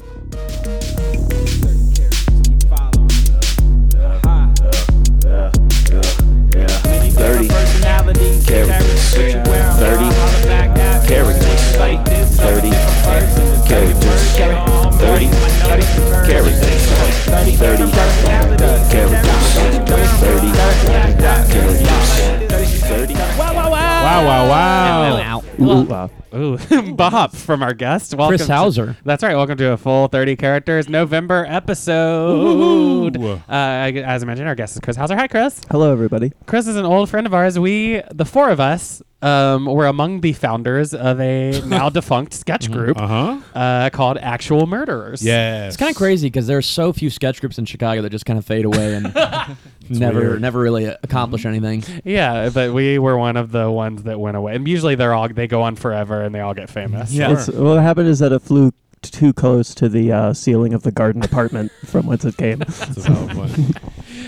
Uh, Thirty characters. Thirty characters. Thirty characters. Thirty characters. Thirty characters. Thirty characters. Thirty. Wow, wow, wow. Wow, wow, wow. Wow. Ooh, Bob from our guest. Welcome Chris to- Hauser. that's right. Welcome to a full 30 characters November episode. Uh, I- as I mentioned, our guest is Chris Hauser. Hi, Chris. Hello, everybody. Chris is an old friend of ours. We, the four of us, um, were among the founders of a now defunct sketch group Uh huh. uh, called Actual Murderers. Yeah. It's kind of crazy because there are so few sketch groups in Chicago that just kind of fade away and never weird. never really accomplish anything. Yeah, but we were one of the ones that went away. And usually they're all they go on forever and they all get famous. Yeah. It's, what happened is that it flew t- too close to the uh, ceiling of the garden apartment from whence it came. That's a valid one.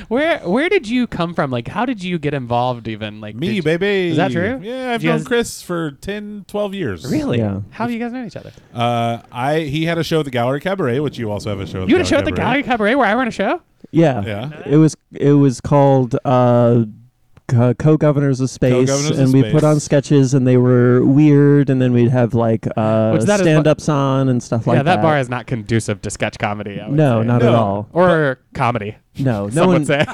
Where where did you come from? Like how did you get involved even? Like did Me, you- baby. Is that true? Yeah, I've You known guys- Chris for 10, 12 years. Really? Yeah. How do you guys know each other? Uh, I he had a show at the Gallery Cabaret, which you also have a show. At You the had a show at the Gallery Cabaret where I run a show? Yeah. Yeah. It was it was called uh, co- Co-Governors of Space, Co-Governors of and we Space. put on sketches, and they were weird, and then we'd have like uh, Which that is what- stand-ups on and stuff like yeah, that. that, bar is not conducive to sketch comedy. I would no, say. not at No. all. Or comedy. No, no some one. would say.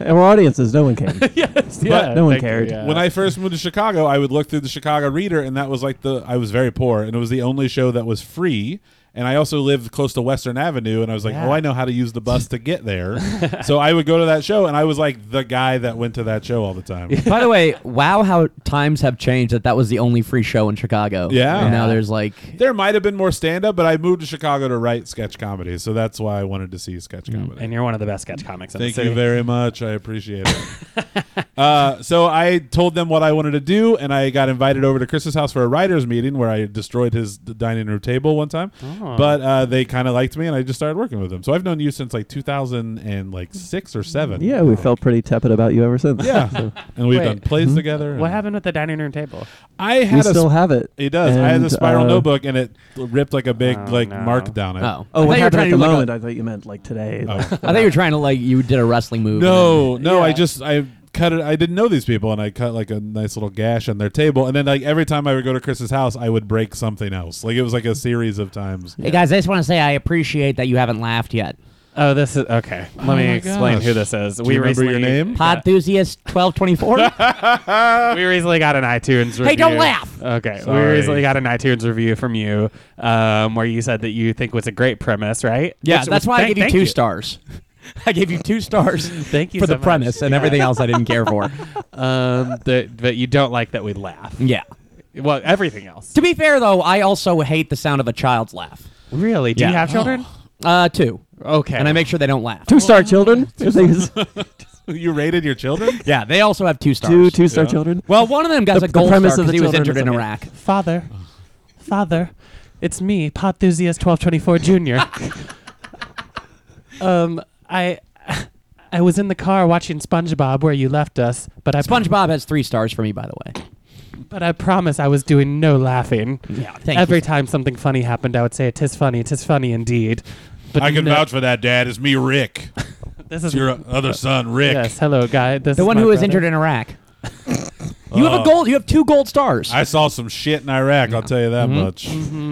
Our audiences, no one came. yes, yeah, no one thank you, cared. yeah. When I first moved to Chicago, I would look through the Chicago Reader, and that was like the I was very poor, and it was the only show that was free. And I also lived close to Western Avenue, and I was like, Yeah. "Oh, I know how to use the bus to get there." so I would go to that show, and I was like the guy that went to that show all the time. By the way, wow, how times have changed. That that was the only free show in Chicago. Yeah. and now there's like There might have been more stand up, but I moved to Chicago to write sketch comedy, so that's why I wanted to see sketch Mm, comedy. and you're one of the best sketch comics in Thank the city. you very much. I appreciate it. uh, so I told them what I wanted to do, and I got invited over to Chris's house for a writers' meeting where I destroyed his d- dining room table one time. Oh. But uh, they kind of liked me, and I just started working with them. So I've known you since like 2006 or seven. yeah, we felt pretty tepid about you ever since. yeah. and we've Wait. done plays together. What and- happened at the dining room table? I had we a still sp- have it. It does. I had a And, spiral uh, notebook, and it ripped like a big Oh, like no. mark down it. oh, Oh, I thought you what were happened trying to at the do, like, a- moment? I thought you meant like today. Oh. I thought you were trying to like you did a wrestling move. No, no, I Yeah. just I cut it. I didn't know these people, and I cut like a nice little gash on their table. And then like every time I would go to Chris's house, I would break something else. Like it was like a series of times. Hey guys, I just want to say I appreciate that you haven't laughed yet. Oh, this is okay. Let me my explain gosh. who this is. Do you remember your name? Podthusiast twelve twenty four. we recently got an iTunes review. Hey, don't laugh. Okay, we Sorry. recently got an iTunes review from you, um, where you said that you think was a great premise, right? Yeah, Which- that's which- why I thank- gave you thank two stars. I gave you two stars Thank you for so the much. premise and Yeah. everything else I didn't care for. Um, that that you don't like that we laugh. Yeah. Well, everything else. To be fair though, I also hate the sound of a child's laugh. Really? Do you Yeah. have children? Uh, two. Oh. Okay. And I make sure they don't laugh. Two star children. If they was- you rated your children? Yeah, they also have two stars. two two star Yeah. children. Ah. Well, one of them got The- a the gold star premise of because the he was children injured in is okay. Iraq. father, father, it's me, Pothusiast twelve twenty four Junior. um, I. I was in the car watching SpongeBob where you left us, but I SpongeBob has three stars for me, by the way. But I promise I was doing no laughing. Yeah, thank Every you. time something funny happened, I would say, "Tis funny, tis funny indeed." But I can no- vouch for that, Dad. It's me, Rick. This is It's your uh, other son, Rick. yes. Hello, guy. This The is one my who was brother. injured in Iraq. you Oh. have a gold. You have two gold stars. I saw some shit in Iraq. I'll tell you Mm-hmm.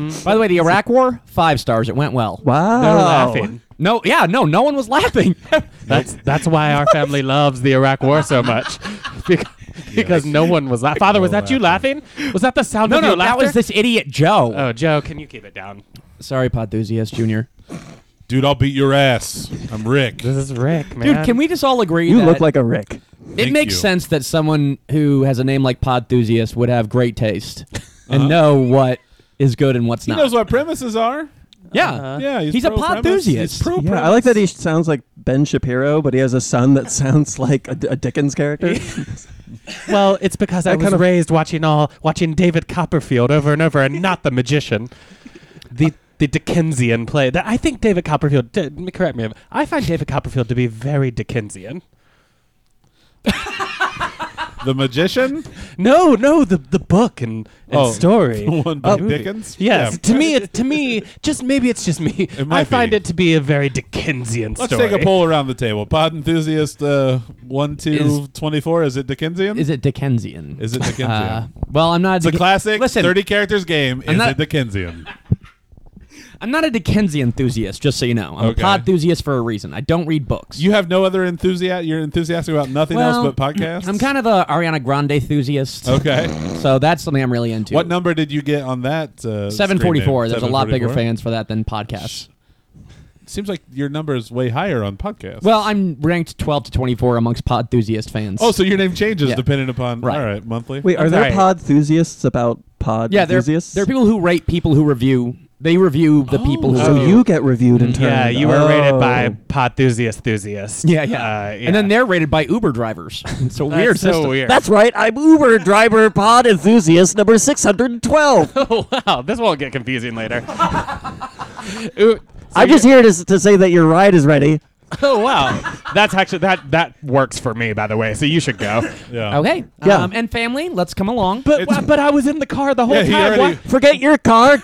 that much. by the way, the Iraq War, five stars. It went well. Wow. They Oh. were laughing. No, yeah, no, no one was laughing. That's that's why our family loves the Iraq War so much, because, because no one was laughing. Father, was No that you laughing? Was that the sound no, of no, your that laughter? was this idiot Joe. Oh, Joe, can you keep it down? Sorry, Podthusiast Junior. Dude, I'll beat your ass. I'm Rick. This is Rick, man. Dude, can we just all agree? You that look like a Rick. it Thank makes you. sense that someone who has a name like Podthusiast would have great taste Uh-huh. and know what is good and what's He not. knows what Uh-huh. premises are. yeah, Yeah, he's, he's, a pro premise. He's Podthusiast. pro Yeah, I premise. like that he sounds like Ben Shapiro, but he has a son that sounds like a, a Dickens character. well, it's because I, I was kind of- raised watching all watching David Copperfield over and over, and not the magician, the the Dickensian play. That I think David Copperfield. d- correct me. if I find David Copperfield to be very Dickensian. the magician? No, no, the the book and, and Oh, story. the one by Dickens? Yes, Yeah. to me, it, to me, just maybe it's just me. might I find be. it to be a very Dickensian Let's story. take a poll around the table. Pod enthusiast uh, 1, 2, Is- 24. Is it Dickensian? Is it Dickensian? Is it Dickensian? Uh, well, I'm not. it's a classic Listen, 30 characters game. Is not- it Dickensian? I'm not a Dickensian enthusiast, just so you know. I'm Okay. a pod enthusiast for a reason. I don't read books. You have no other enthusiasm. You're enthusiastic about nothing else but podcasts? I'm kind of a Ariana Grande enthusiast. Okay. So that's something I'm really into. What number did you get on that? Uh, Seven forty-four. screen name? There's a lot bigger 744? fans for that than podcasts. Seems like your number is way higher on podcasts. Well, I'm ranked twelve to twenty-four amongst pod enthusiast fans. oh, so your name changes Yeah. depending upon. Right. All right, monthly. Wait, are That's there right. pod enthusiasts about pod yeah, there, enthusiasts? there are people who rate people who review. They review the people who. Oh. so review. you get reviewed in turn. Mm, Yeah, you were Oh. rated by Pothusiast Enthusiast. Yeah, yeah. Uh, yeah. And then they're rated by Uber drivers. It's a That's weird so system. weird. That's right. I'm Uber driver pod enthusiast number six hundred and twelve. oh wow, this won't get confusing later. Ooh, so I'm just here to, to say that your ride is ready. you- oh wow, that's actually that that works for me by the way. So you should go. yeah. Okay. Yeah. Um, and family, let's come along. But It's- but I was in the car the whole Yeah, he time. already- Why- Forget your car.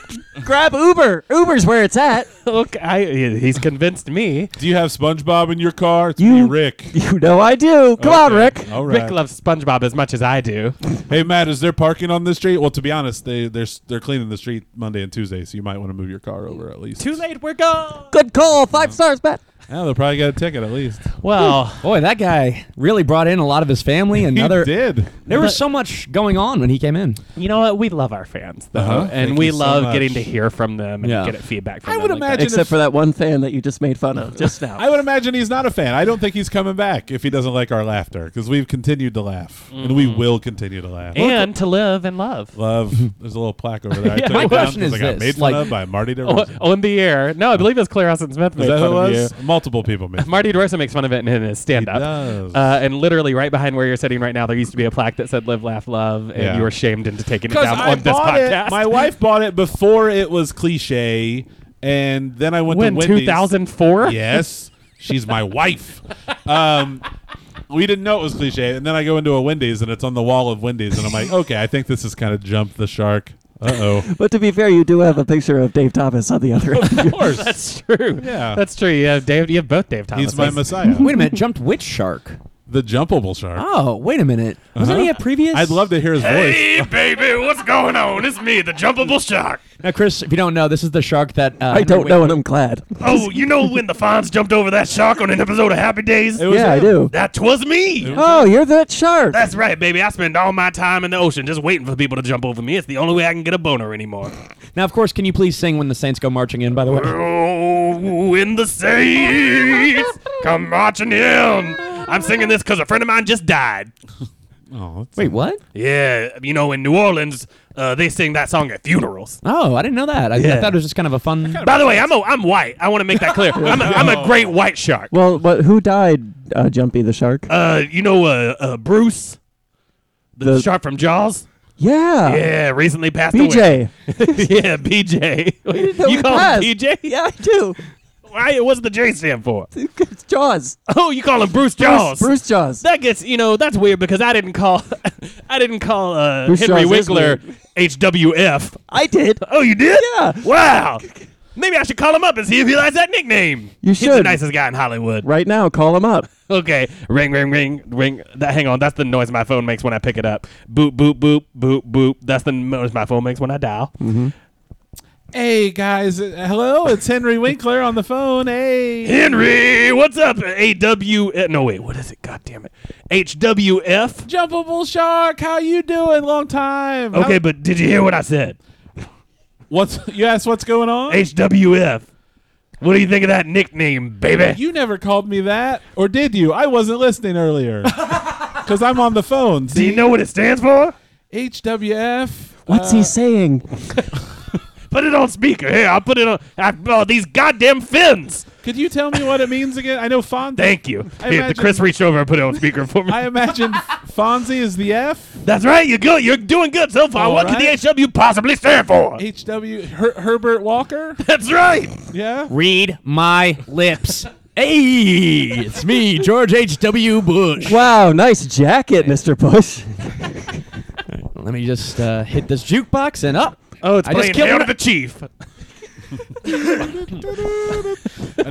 grab Uber. Uber's where it's at. Look, I he's convinced me. Do you have SpongeBob in your car? It's You- me, Rick. You know I do. Come on, Okay. Rick. All right. Rick loves SpongeBob as much as I do. Hey Matt, is there parking on this street? Well, to be honest, they they're they're cleaning the street Monday and Tuesday, so you might want to move your car over at least. Too late, we're gone. Good call. Five stars, Matt. Yeah, they'll probably get a ticket at least. Well, Boy, that guy really brought in a lot of his family. He Another did. There was so much going on when he came in. you know what? We love our fans, though, Uh-huh. and Thank we you so love much. getting to hear from them and Yeah. get feedback from I them. would like that. imagine Except if- for that one fan that you just made fun of just now. I would imagine he's not a fan. I don't think he's coming back if he doesn't like our laughter because we've continued to laugh and we will continue to laugh. Mm. and to live and love. Love. There's a little plaque over there. I took my it down question 'cause is I got this, made fun like- of by Marty DeRosa. Oh, on the air. No, I believe it's Claire Austin Smith is made that fun who it of you. was? Multiple people made. fun Marty DeRosa makes fun of it in his stand up. does. Uh, and literally right behind where you're sitting right now, there used to be a plaque that said "Live, Laugh, Love," and Yeah. you were shamed into taking it Because down I on this bought podcast. It, my wife bought it before it was cliche, and then I went when to Wendy's. 2004. Yes, she's my wife. Um, we didn't know it was cliche, and then I go into a Wendy's and it's on the wall of Wendy's, and I'm like, okay, I think this is kind of jump the shark. Uh oh. But to be fair, you do have a picture of Dave Thomas on the other end. that's true. Yeah. that's true. You have Dave. You have both Dave Thomas. He's my messiah, Wait a minute, jumped which shark? the jumpable shark. Oh, wait a minute. Wasn't he a previous? I'd love to hear his voice. baby, what's going on? It's me, the jumpable shark. Now, Chris, if you don't know, this is the shark that uh, I don't know, and I'm glad. Oh, you know when the Fonz jumped over that shark on an episode of Happy Days? It was yeah, I him. do. That was me. Oh, you're that shark. That's right, baby. I spend all my time in the ocean just waiting for people to jump over me. It's the only way I can get a boner anymore. Now, of course, can you please sing when the Saints go marching in? By the way, Oh, in the saints come marching in. I'm singing this because a friend of mine just died. Oh, that's- wait, what? Yeah, you know, in New Orleans, uh, they sing that song at funerals. Oh, I didn't know that. I, I thought it was just kind of a fun. By the way, I'm a, I'm white. I want to make that clear. I'm a, I'm a great white shark. Well, but who died, uh, Jumpy the shark? Uh, you know, uh, uh Bruce, the, The- Uh, shark from Jaws. yeah. Yeah, recently passed away. BJ. yeah, BJ. know you he call him passed. BJ? yeah, I do. Why? What's the J stand for? It's Jaws. Oh, you call him Bruce Jaws. Bruce Jaws. That gets you know that's weird because I didn't call, I didn't call uh, Bruce Henry Jaws is Winkler weird. HWF. I did. Oh, you did? Yeah. Wow. Maybe I should call him up and see if he likes that nickname. You He's the should. nicest guy in Hollywood. Right now, call him up. Okay. Ring, ring, ring, ring. That, hang on. That's the noise my phone makes when I pick it up. Boop, boop, boop, boop, boop. That's the noise my phone makes when I dial. Mm-hmm. Hey guys, uh, hello, it's Henry Winkler on the phone. Hey. Henry, what's up? AW. eh, No, wait. What is it? God damn it. HWF. Jumpable shark, how you doing? Long time. How- Okay, but did you hear what I said? what's you asked what's going on? HWF. What do you think of that nickname, baby? You never called me that, or did you? I wasn't listening earlier because I'm on the phone. do See, you know what it stands for? HWF. What's uh, he saying? Put it on speaker. Here, I'll put it on. I, oh, these goddamn fins. Could you tell me what it means again? I know Fonzie. Thank you. I Here, imagine- Chris reached over and put it on speaker for me. I imagine Fonzie is the F. That's right. You're good. You're doing good so far. All what could right. the HW possibly stand for? HW Her- Herbert Walker. That's right. Yeah. Read my lips. Hey, it's me, George H.W. Bush. Wow, nice jacket, Mr. Bush. Let me just uh, hit this jukebox and up. Oh, it's I just playing killed Hail him. to the Chief.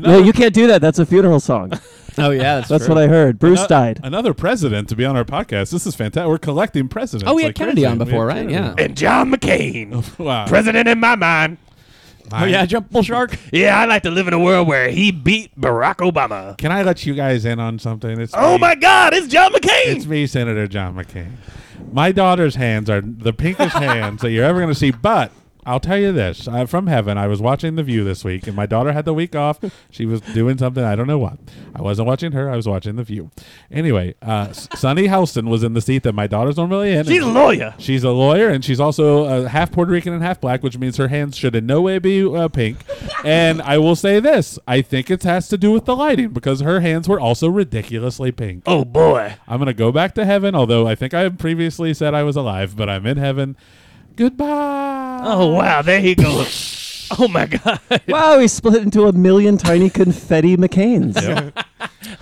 no, you can't do that. That's a funeral song. Oh yeah, that's, That's true. what I heard. Bruce Ano- died. Uh, Another president to be on our podcast. This is fantastic. We're collecting presidents. Oh, we had like Kennedy crazy. on We before, had right? Kennedy. Yeah. And John McCain. Wow. President in my mind. Oh, yeah. jump bull shark. Yeah, I like to live in a world where he beat Barack Obama. Can I let you guys in on something? It's Oh me. my God, it's John McCain. It's me, Senator John McCain. My daughter's hands are the pinkest hands that you're ever going to see. But I'll tell you this: uh, from heaven, I was watching The View this week, and my daughter had the week off. She was doing something I don't know what. I wasn't watching her; I was watching The View. Anyway, uh, S- Sonny Houston was in the seat that my daughter's normally in. She's a lawyer. She's a lawyer, and she's also uh, half Puerto Rican and half black, which means her hands should in no way be uh, pink. and I will say this: I think it has to do with the lighting because her hands were also ridiculously pink. Oh boy. I'm gonna go back to heaven, although I think I previously said I was alive, but I'm in heaven. Goodbye. Oh wow, there he goes. oh my God. Wow, he split into a million tiny confetti McCains.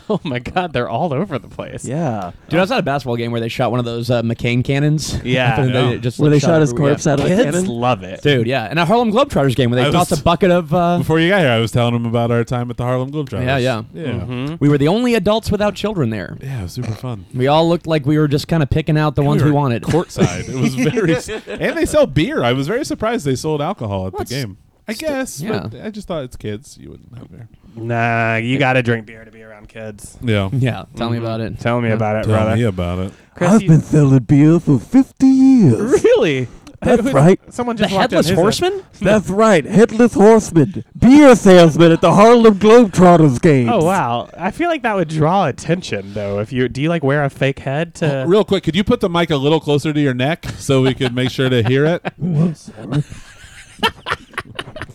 Oh my God, they're all over the place. Yeah. Dude, I was at a basketball game where they shot one of those uh, McCain cannons. Yeah, And I know. they just Where like, they shot his everywhere. corpse out of the Kids cannon. love it. Dude, yeah. And a Harlem Globetrotters game where I they was- tossed a bucket of. Uh, Before you got here, I was telling him about our time at the Harlem Globetrotters. Yeah, yeah. yeah. Mm-hmm. we were the only adults without children there. Yeah, it was super fun. We all looked like we were just kind of picking out the ones we, were wanted. Courtside, it was very, s- and they sell beer. I was very surprised they sold alcohol at the game. I guess, but yeah. I just thought it's kids. You wouldn't have beer. Nah, you got to drink beer to be around kids. Yeah, Yeah, tell me about it. Tell me about it, tell brother. me about it. I've been selling beer for 50 years. Really? That's right. Someone The just walked in. headless Who's that? horseman? That's right. Headless Horseman, beer salesman at the Harlem Globetrotters game. Oh wow! I feel like that would draw attention though. If you do, you like wear a fake head to? Real quick, could you put the mic a little closer to your neck so we could make sure to hear it?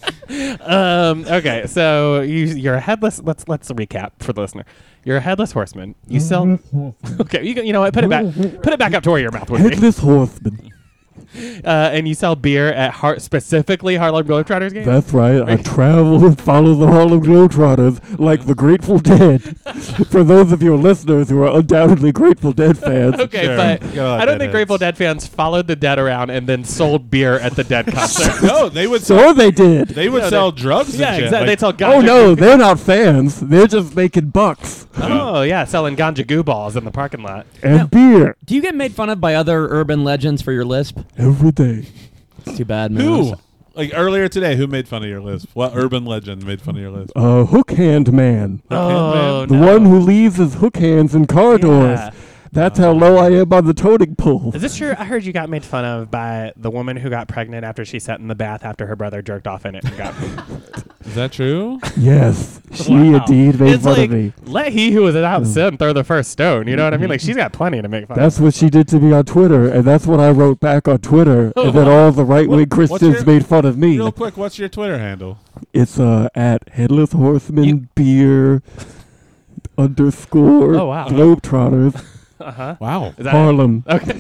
Um. Okay. So you you're a headless. Let's let's recap for the listener. You're a headless horseman. You sell. Okay. You can- you know what? Put it back. Put it back up to where your mouth would be. Headless Horseman. Uh, and you sell beer at Har- specifically Harlem Globetrotters games. That's right. I travel and follow the Harlem Globetrotters like the Grateful Dead. For those of your listeners who are undoubtedly Grateful Dead fans, Okay, Sure. but You gotta let I don't that think in. Grateful Dead fans followed the dead around and then sold beer at the dead concert. no, they would. so they did. They would No, they- sell drugs. and yeah, shit, exactly. they like- tell ganja. oh no, they're not fans. They're just making bucks Oh yeah, selling ganja goo balls in the parking lot. and beer Do you get made fun of by other urban legends for your lisp? every day. It's too bad, man. Who? Like earlier today, who made fun of your list? What urban legend made fun of your list? Uh, hook hand man, Oh the one who leaves his hook hands in car doors. Yeah. That's how low I am on the toting pole. Is this true? I heard you got made fun of by the woman who got pregnant after she sat in the bath after her brother jerked off in it and got. Is that true? Yes, she Wow. indeed made it's fun like, of me. Let he who is without sin throw the first stone. You know what I mean? Like she's got plenty to make fun. Hmm. That's what she did to me on Twitter, and that's what I wrote back on Twitter, Oh, and then all the right wing What- what's Christians your- made fun of me. Real quick, what's your Twitter handle? It's uh, at Headless Horseman Beer underscore Oh, wow. Globetrotters of. Uh huh. Wow. Is that Harlem okay?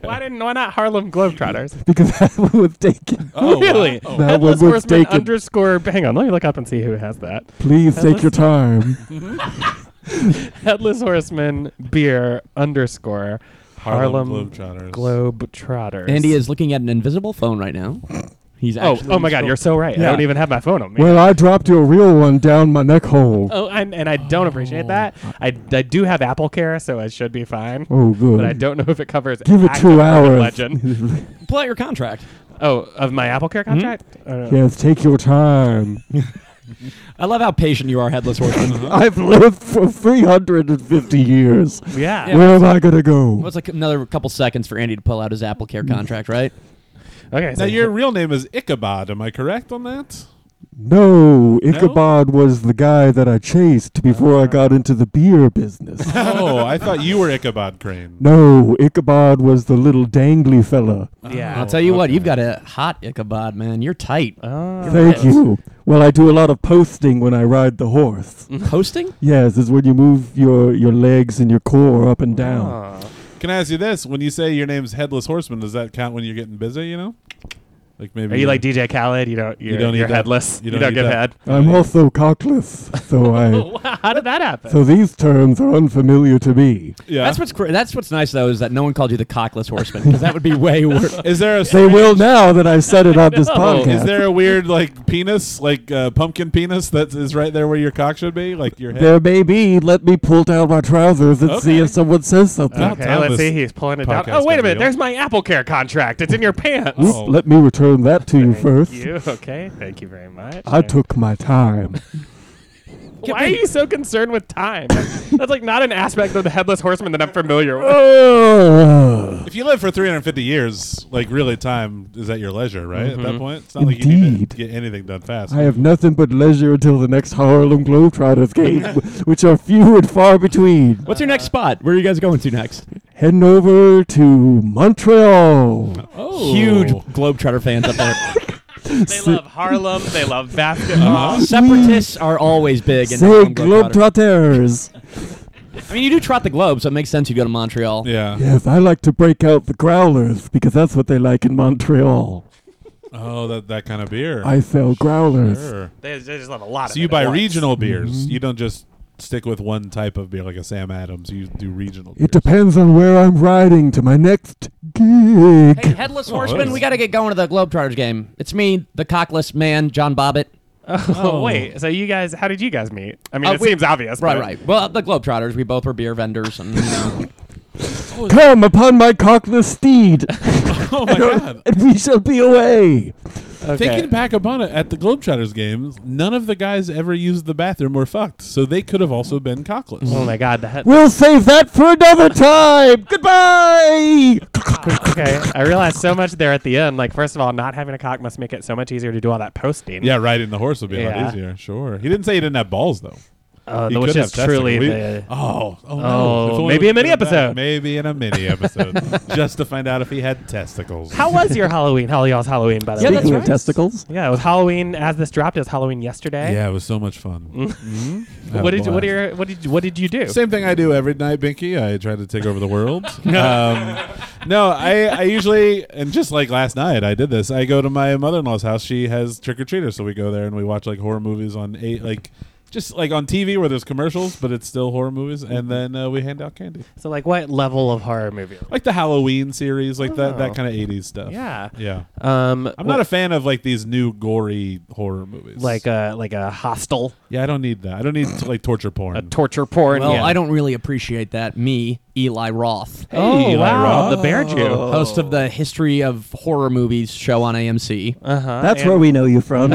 why didn't why not Harlem Globetrotters? because that one was taken. Oh, wow. really? Oh. That Headless one was Horseman taken. underscore. Hang on, let me look up and see who has that. Please take your time. Headless Horseman beer underscore Harlem, Globetrotters. Globetrotters. Andy is looking at an invisible phone right now. He's Oh, actually oh my God! You're so right. I Yeah. don't even have my phone on me. Well, I dropped you a real one down my neck hole. Oh, and, and I don't Oh. appreciate that. I, I do have Apple Care, so I should be fine. Oh, good. But I don't know if it covers. Give it active two urban hours. Legend. pull out your contract. Oh, of my Apple Hmm? Care contract. Uh, yes, take your time. I love how patient you are, headless horseman. I've lived for 350 years. yeah. Where am I going to go? What's like another couple seconds for Andy to pull out his Apple Care contract, right? Okay. Now So your real name is Ichabod. Am I correct on that? No, Ichabod was the guy that I chased before Uh. I got into the beer business. oh, I thought you were Ichabod Crane. no, Ichabod was the little dangly fella. yeah. I'll tell you what, you've got a hot Ichabod, man. You're tight. Oh. Thank you. Well, I do a lot of posting when I ride the horse. Hosting? yes, it's when you move your, your legs and your core up and down. Ah. Can I ask you this? When you say your name's Headless Horseman, does that count when you're getting busy? You know, Like maybe Are you like DJ Khaled? You don't. You're, you don't don't need you're that. headless. You You don't don't, need get that. head. I'm also cockless, so I. Oh, wow. How did that happen? So these terms are unfamiliar to me. yeah. That's what's cra- that's what's nice though is that no one called you the cockless horseman because that would be way worse. is there a They will now that I've said it on this Oh, podcast. is there a weird like penis, like uh, pumpkin penis that is right there where your cock should be, like your head? There may be. Let me pull down my trousers and see Okay. Uh, if someone says something. Not Oh, okay, Tom, let's this see. He's pulling it podcast down. Oh, wait got a minute. real. There's my Apple Care contract. It's in your pants. Oops, Oh. Let me return that to you first. You okay? Thank you very much. I took my time. Why are you so concerned with time? That's like not an aspect of the headless horseman that I'm familiar with. Ugh. If you live for 350 years, like really, time is at your leisure, right? At that point, it's not like you need Indeed. to get anything done fast. I have nothing but leisure until the next Harlem Globetrotters game, wh- which are few and far between. What's your next spot? Where are you guys going to next? Heading over to Montreal. Oh. Huge Globetrotter fans up there. They love Harlem. They love basketball. Separatists are always big. In Say Harlem Globetrotters. Globetrotters. I mean, you do trot the globe, so it makes sense you go to Montreal. yeah. yes, I like to break out the growlers because that's what they like in Montreal. Oh, that that kind of beer. I sell growlers. sure. They, they just love a lot of So you it at buy once. regional beers. Mm-hmm. You don't just stick with one type of beer, like a Sam Adams. You do regional. It beers. depends on where I'm riding to my next gig. Hey, headless horseman, nice. we got to get going to the Globetrotters game. It's me, the cockless man, John Bobbitt. Oh, wait. So you guys, how did you guys meet? I mean, Uh, it we- seems obvious. Right, but- right. Well, the Globetrotters, we both were beer vendors, and you know, Come upon my cockless steed, Oh my god! and we shall be away. Thinking back upon it, at the Globetrotters games, none of the guys ever used the bathroom or fucked, so they could have also been cockless. Mm. Oh my God. The head- We'll save that for another time. Goodbye. okay. I realized so much there at the end. Like, first of all, not having a cock must make it so much easier to do all that posting. Yeah, riding the horse would be a Yeah. lot easier. Sure. He didn't say he didn't have balls though. Uh, He which could is have tested. truly We- the. oh, oh, no. Oh, If only maybe we a mini done that, episode. maybe in a mini episode, just to find out if he had testicles. How was your Halloween? How y'all's Halloween, by the Yeah, way? that's Speaking of right. testicles, Yeah, it was Halloween as this dropped. It was Halloween yesterday. Yeah, it was so much fun. Mm-hmm. What did you, what are your what did you, what did you do? Same thing I do every night, Binky. I try to take over the world. um, no, I, I usually, and just like last night, I did this. I go to my mother in law's house. She has trick or treaters, so we go there and we watch like horror movies on eight, like just like on TV where there's commercials, but it's still horror movies. And then uh, we hand out candy, So like what level of horror movie? like the Halloween series, like that that Oh. kind of '80s stuff. Yeah. yeah. Um I'm not a fan of like these new gory horror movies. like uh, a like a hostile, yeah, I don't need that. I don't need t- like torture porn. a torture porn. well, yeah. I don't really appreciate that. Me, Eli Roth, Oh. Oh Eli wow, Roth. the bear Jew. host of the History of Horror Movies show on AMC. Uh huh. that's where we know you from.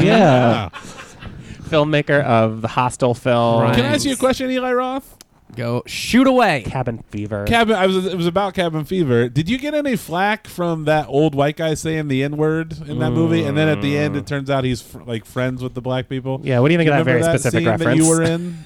uh, Yeah. Ah. filmmaker of the hostile film. Right. Can I ask you a question, Eli Roth? Go shoot away. Cabin Fever. Cabin. I was. It was about cabin fever. Did you get any flack from that old white guy saying the n word in that movie? And then at the end, it Mm. turns out he's fr- like friends with the black people. yeah, what do you think of that Remember very specific scene reference? that you were in?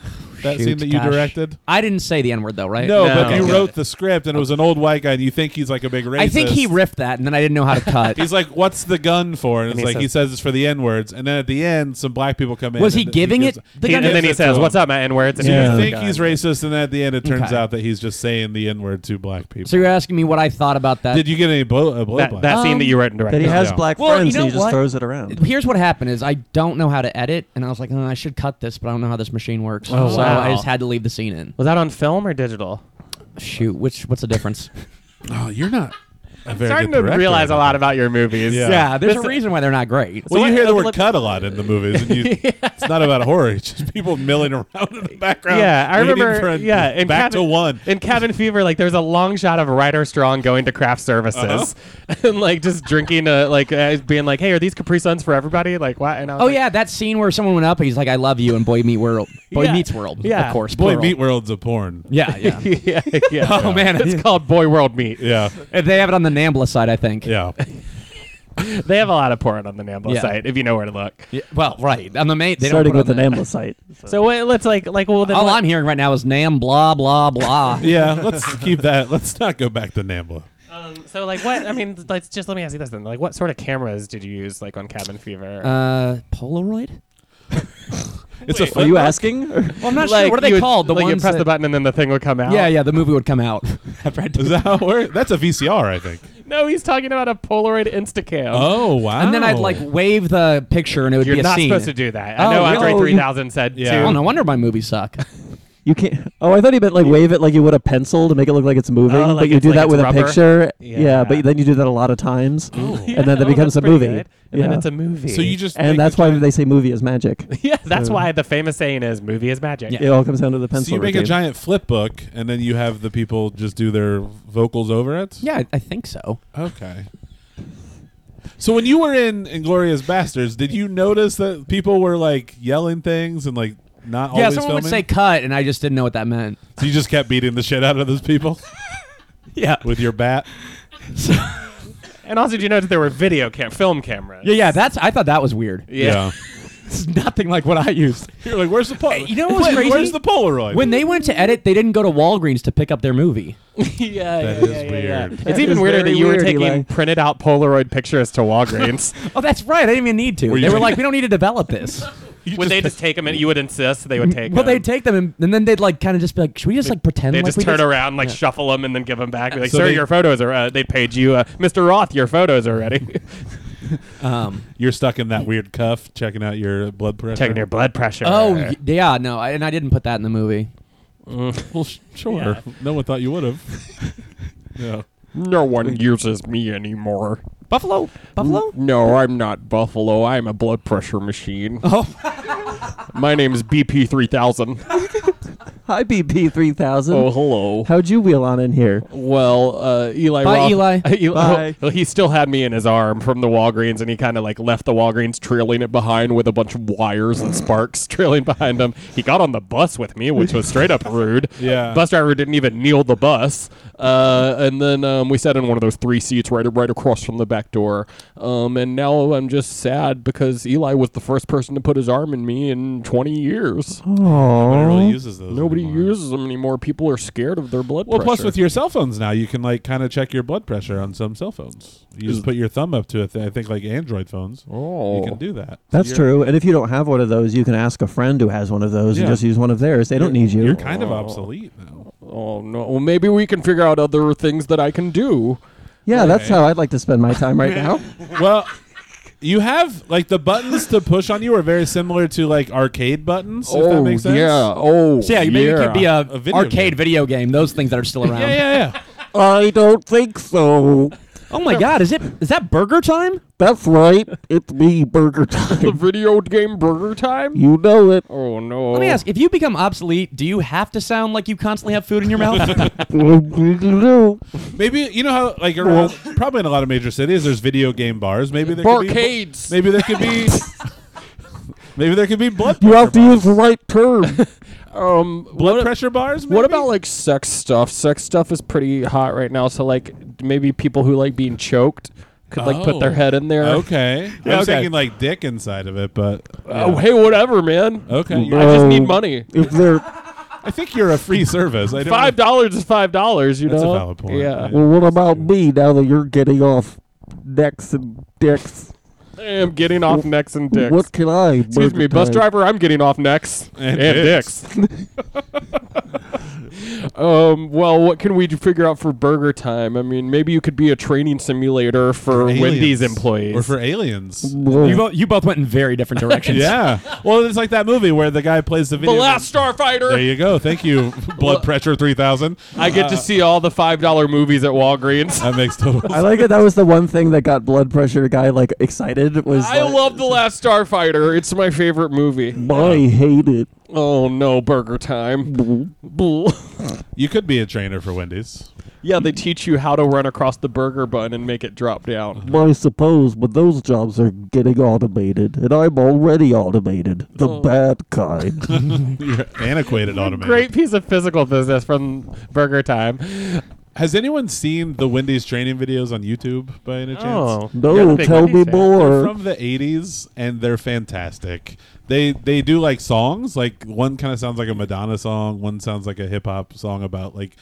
That Shoot, scene that you gosh. directed. I didn't say the N word though, right? No, No. but you Okay. wrote the script, and it was an old white guy, and you think he's like a big racist. I think he riffed that, and then I didn't know how to cut. He's like, "What's the gun for?" And it's And he like he says it's for the n words. And then at the end, some black people come in. Was he and giving gives- it the He- gun? and then he gives it to says, him. "What's up, my N-words?" And he Yeah. I gives think the he's gun. racist, and then at the end, it turns Okay. out that he's just saying the n word to black people. so you're asking me what I thought about that? Did you get any blow? Uh, blow that, black? that scene Um, that you wrote and That he directed. has Yeah. black Well, you friends know and he just what? throws it around. Here's what happened: is I don't know how to edit, and I was like, oh, I should cut this, but I don't know how this machine works. Oh, so wow. I just had to leave the scene in. Was that on film or digital? Shoot, which what's the difference? Oh, you're not. A very Starting good to director. realize a lot about your movies. Yeah. yeah, there's a reason why they're not great. Well, So you what- hear the uh, word let- "cut" a lot in the movies, and you, it's not about horror. It's just people milling around in the background. Yeah, I waiting remember. For a, yeah, in back Cabin, to one. in Cabin Fever. Like, there's a long shot of Ryder Strong going to craft services Uh-huh. and like just drinking, uh, like uh, being like, "Hey, are these Capri Suns for everybody?" Like, what? And I was Oh like, yeah, that scene where someone went up and he's like, "I love you," and Boy Meet World, Boy Yeah. Meets World, Yeah. of course, Boy, plural. Meat World's a porn. Yeah, yeah. yeah, yeah. Oh, man. it's called Boy World Meet. Yeah, And they have it on the Nambla side, I think. yeah. They have a lot of porn on the Nambla Yeah. site if you know where to look. Yeah, well, right on the main. They starting don't with put an on amble site. So wait, let's like, like, well, the- then All what- I'm hearing right now is Nam blah blah blah. yeah. Let's keep that. Let's not go back to Nambla. um, so like, what? I mean, let's just let me ask you this then. Like, what sort of cameras did you use, like, on Cabin Fever? Uh, Polaroid. It's a. Are Fun, you asking? or- Well, I'm not Like, sure. What are you they would- called? The like, you ones press that- the button and then the thing would come out. Yeah, yeah. The movie would come out. is that how it works? That's a VCR, I think. No, he's talking about a Polaroid Instacam. Oh wow! And then I'd like wave the picture and it would You're be a not scene. supposed to do that. Oh, I know really? Andre Oh, you- 3000 said Yeah. to Oh, no wonder my movies suck. You can't. Oh, I thought he meant like wave it like you would a pencil to make it look like it's moving, Oh, like but you it's- do like that it's with rubber? a picture. Yeah. Yeah. but then you do that a lot of times, Yeah, and then oh, that becomes that's a pretty movie. good. And then Yeah. it's a movie. so you just make and that's the why giant- they say movie is magic. Yeah, that's So- why the famous saying is "movie is magic." It all comes down to the pencil. So you make a routine. giant flip book, and then you have the people just do their vocals over it. yeah, I, I think so. Okay. So when you were in Inglorious Bastards, did you notice that people were like yelling things and like not yeah, always someone filming? would say cut, and I just didn't know what that meant. so you just kept beating the shit out of those people Yeah. with your bat. And also, do you notice there were video cam, film cameras? Yeah, yeah. That's. I thought that was weird. yeah. It's nothing like what I used. You're like, where's the pol- Hey, you know what's Wait, crazy? Where's the Polaroid? When they went to edit, they didn't go to Walgreens to pick up their movie. yeah, That yeah, is yeah, yeah, weird. yeah. That It's even is weirder that very you were weird, taking Eli. printed out Polaroid pictures to Walgreens. Oh, that's right. I didn't even need to. Were you they were taking- like, we don't need to develop this. You would just they pick- just take them and you would insist they would take well, them? they'd take them, and, and then they'd like kind of just be like, should we just like pretend They like just we turn just- around, like shuffle them, and then give them back. Be like, So sir, they- your photos are. Uh, they paid you, uh, Mr. Roth. Your photos are ready. Um, You're stuck in that weird cuff, checking out your blood pressure. Checking your blood pressure. oh, y- yeah. No, I, and I didn't put that in the movie. Well, sh- sure. Yeah. No one thought you would have. yeah. no one uses me anymore. Buffalo? Buffalo? No, I'm not Buffalo. I'm a blood pressure machine. Oh. My name is BP three thousand. Oh, Hi, BP three thousand. hello. How'd you wheel on in here? Well, uh, Eli. Bye, Roth- Eli. Eli- Bye. well, he still had me in his arm from the Walgreens, and he kind of like left the Walgreens trailing it behind with a bunch of wires and sparks trailing behind him. He got on the bus with me, which was straight up rude. Yeah. Bus driver didn't even kneel the bus. Uh, and then um, we sat in one of those three seats right right across from the back door. Um, and now I'm just sad because Eli was the first person to put his arm in me in 20 years. Nobody really Oh, uses those. Nobody anymore. uses them anymore. People are scared of their blood Well, pressure. plus with your cell phones now, you can like kind of check your blood pressure on some cell phones. You just put your thumb up to it. I think like Android phones, oh. you can do that. that's You're- true. And if you don't have one of those, you can ask a friend who has one of those Yeah. and just use one of theirs. They don't need you. Oh. You're kind of obsolete now. Oh no! Well, maybe we can figure out other things that I can do. yeah, that's Okay. how Oh, I'd like to spend my time right now. well, you have like the buttons to push on you are very similar to like arcade buttons. if that makes sense. Oh, yeah. Oh, So yeah, you maybe it could be a, A video arcade game. video game. Those things that are still around. Yeah, yeah, yeah. I don't think so. Oh my God! Is it is that burger time? That's right. It's me, Burger Time. the video game burger time. You know it. Oh no! Let me ask: If you become obsolete, do you have to sound like you constantly have food in your mouth? Maybe you know how like around, probably in a lot of major cities there's video game bars. Maybe there Barcades. Could be, maybe there could be. maybe there could be blood You have to use the right term. um, blood what, pressure bars. Maybe? what about like sex stuff? Sex stuff is pretty hot right now. So like maybe people who like being choked could like put their Oh. head in there. Okay, I was okay. thinking like dick inside of it, but Oh hey, whatever, man. okay. you- I just need No. money. if they're I think you're a free service. I don't Five dollars is five dollars. You That's a know. valid point, Yeah. yeah. well, what about me now that you're getting off necks and dicks? I am getting off necks and dicks. What can I? Excuse me, bus time? driver, I'm getting off necks And and, dicks. um, well, what can we figure out for burger time? I mean, maybe you could be a training simulator for Aliens. Wendy's employees. or for aliens. Well, you, both, you both went in very different directions. yeah. Well, it's like that movie where the guy plays the the video. Last there Starfighter. you go. Thank you. Blood pressure three thousand. I get to see all the five dollar movies at Walgreens. That makes total. I like that that was the one thing that got blood pressure guy like excited was I like, love the Last Starfighter. It's my favorite movie. I hate it. Oh no, burger time! Bull. You could be a trainer for Wendy's. yeah, they teach you how to run across the burger bun and make it drop down. I suppose, but those jobs are getting automated, and I'm already automated. The Oh. bad kind. You're antiquated automated. Great piece of physical business from Burger Time. Has anyone seen the Wendy's training videos on YouTube by any chance? You're the No, big tell Wendy's me fan. They're more. from the '80s, and they're fantastic. They they do like songs. Like one kind of sounds like a Madonna song. One sounds like a hip hop song about like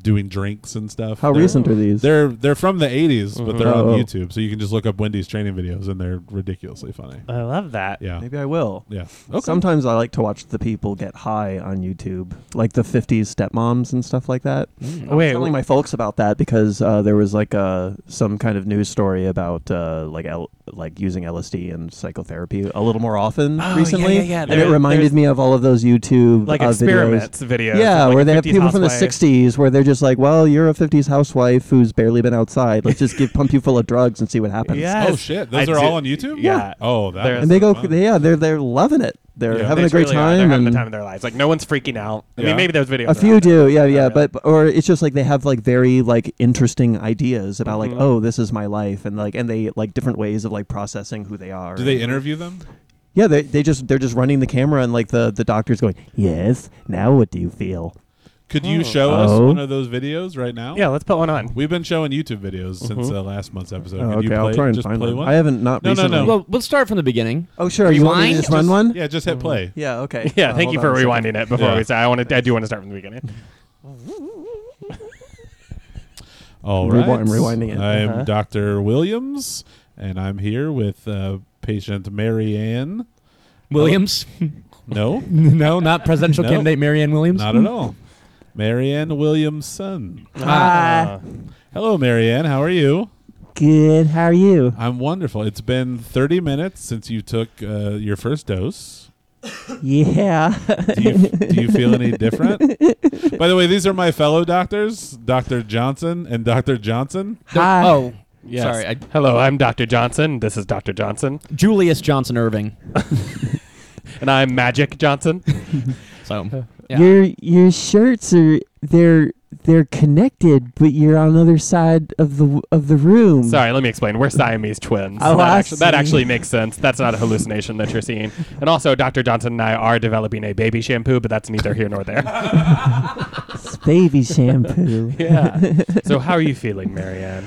doing drinks and stuff. How They're- recent are these? They're they're from the 80s, Mm-hmm. but they're on Oh. YouTube, so you can just look up Wendy's training videos, and they're ridiculously funny. I love that. Yeah, Maybe I will. yeah. Okay. Sometimes I like to watch the people get high on YouTube, like the 50s stepmoms and stuff like that. Oh, wait, telling my folks about that because uh, there was like uh, some kind of news story about uh, like L- like using LSD and psychotherapy a little more often Oh, yeah, recently, yeah, yeah. and There- it reminded there's- me of all of those YouTube like uh, videos. experiments videos. Yeah, of, like, where a they have 50s people from the housewife. '60s where they're just like, "Well, you're a '50s housewife who's barely been outside. Let's just give pump you full of drugs and see what happens." Yes. Oh shit! Those I are do- all on YouTube. Yeah. Oh, that. There's- and they go, fun. "Yeah, they're they're loving it. They're Yeah. having They a great truly are. time." They're having the and- time of their lives. Like no one's freaking out. I Yeah. mean, maybe those videos. A are few out there. do, yeah, yeah, really. but or it's just like they have like very like interesting ideas about like oh this is my life and like and they like different ways of like processing who they are. Do they interview them? Yeah, they they just they're just running the camera and like the the doctor's going yes now what do you feel? Could you show us Oh. one of those videos right now? Yeah, let's put one on. We've been showing YouTube videos since uh, last month's episode. Oh, Could you okay, play, I'll try and just find play one. one? I haven't not No, no, recently. no. Well, let's start from the beginning. Oh sure, you want me to Rewind? just run one? Yeah, just hit play. Yeah, okay. Yeah, Uh, thank you hold for on a second. rewinding it before Yeah. we start. I wanted, I do want to start from the beginning. All right. Rewind- I'm rewinding it. I'm Uh-huh. Dr. Williams, and I'm here with uh, patient Mary Ann. Williams? No, no, not presidential No. candidate Marianne Williams. not at all. Mary Ann Williams' son. Ah. Hello, Mary Ann. How are you? Uh, Good. How are you? I'm wonderful. It's been 30 minutes since you took uh, your first dose. Yeah. Do you, do you feel any different? By the way, these are my fellow doctors, Dr. Johnson and Dr. Johnson. Hi. Oh, sorry. I, Hello, I'm Dr. Johnson. This is Dr. Johnson. Julius Johnson Irving. And I'm Magic Johnson. So, yeah. Your your shirts are they're they're connected, but you're on the other side of the of the room. Sorry, let me explain. We're Siamese twins. Oh, that, I actu- that see. actually makes sense. That's not a hallucination that you're seeing. And also, Dr. Johnson and I are developing a baby shampoo, but that's neither here nor there. It's baby shampoo. yeah. So, how are you feeling, Marianne?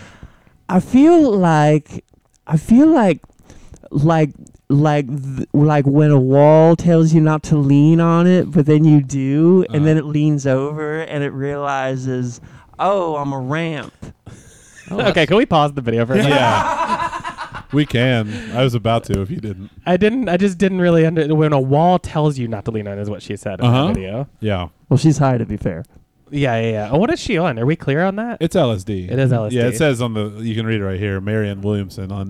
I feel like I feel like like like th- like when a wall tells you not to lean on it, but then you do, Uh-huh. and then it leans over and it realizes, oh, I'm a ramp. okay, can we pause the video for a second? Oh, Yeah. we can. I was about to if you didn't. I didn't. I just didn't really under. When a wall tells you not to lean on, is what she said in Uh-huh. the video. Yeah. Well, she's high to be fair. Yeah, yeah, yeah. Oh, what is she on? Are we clear on that? It's LSD. It is LSD. Yeah, it says on the you can read it right here, Marianne Williamson on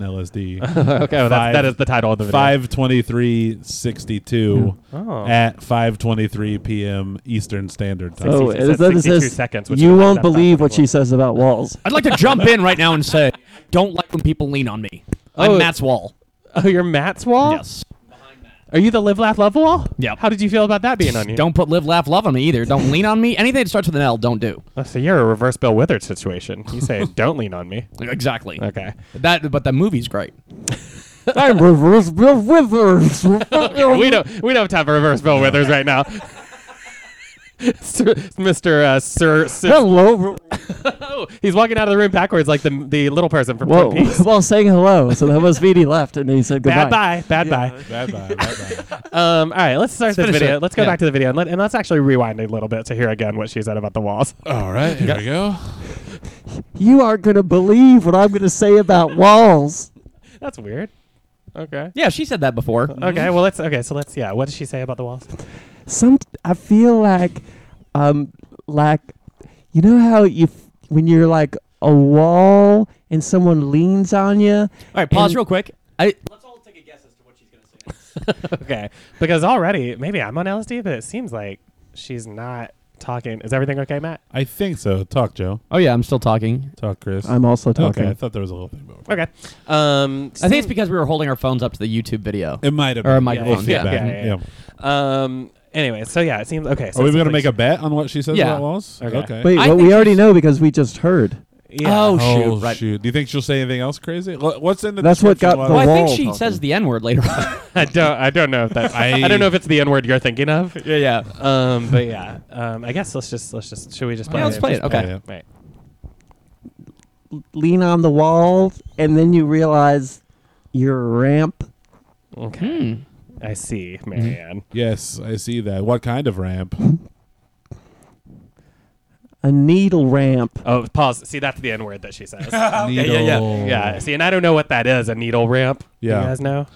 LSD. okay, well, Five- Oh, that's, that is the title of the video. Five twenty three sixty two Oh. at five twenty three PM Eastern Standard Time. Oh, She it said says- 62 seconds, which you is- won't that's not believe what she possible. says about walls. I'd like to jump in right now and say, don't like when people lean on me. I'm Oh. Matt's wall. Oh, you're Matt's wall. Yes. Are you the live laugh love wall? Yep. How did you feel about that being on you? Don't put live, laugh, love on me either. Don't lean on me. Anything that starts with an L, don't do. Oh, so you're a reverse Bill Withers situation. You say, "Don't lean on me." Exactly. Okay. That, but the movie's great. I'm reverse Bill Withers. we don't. We don't have time for reverse Bill Withers right now. Sir- Mr. Uh, Sir, Sir- Hello. he's walking out of the room backwards like the the little person from Well, Twin Peaks. well, saying hello. So that was Vidi left, and he said Bad goodbye. bye, bad bye. Bad bye, bye bye. Um, all right, let's start this finish video. it. Let's go Yeah. back to the video and, let, and let's actually rewind a little bit to hear again what she said about the walls. All right, here we go. You aren't gonna believe what I'm gonna say about walls. That's weird. Okay. Yeah, she said that before. Okay. Well, let's. Okay. So let's. Yeah. What did she say about the walls? Some I feel like, um, like, you know how you f- when you're like a wall and someone leans on you. All right, pause And- real quick. I Okay. Because already, maybe I'm on LSD, but it seems like she's not talking. Is everything okay, Matt? I think so. Talk Joe. Oh yeah, I'm still talking. Talk Chris. I'm also talking. okay, I thought there was a little thing about Okay. Um. I think it's because we were holding our phones up to the YouTube video. it might have Or a been. microphone, Yeah, yeah. feedback, Yeah, yeah, yeah. Um. Anyway, so yeah, it seems okay. So Are we it seems going to like make a bet on what she says Yeah. about walls? Okay. Wait, I well, think we already she's- know because we just heard. she- Yeah. Oh, Oh shoot! Right. shoot! Do you think she'll say anything else crazy? Wh- What's in the? That's what description got of the Well, I think wall she talking. says the N word later on. I don't. I don't know if that. I, I- don't know if it's the N word you're thinking of. yeah, yeah. Um. But yeah. Um. I guess let's just let's just should we just play Yeah, let's it? play it. Just Okay. Yeah. Right. Lean on the wall, and then you realize you're a ramp. Okay. Hmm. I see, Marianne. Yes, I see that. What kind of ramp? a needle ramp. Oh, pause. See, that's the N word that she says. yeah, Needle. yeah, yeah, yeah. See, and I don't know what that is. A needle ramp. Yeah. You guys know?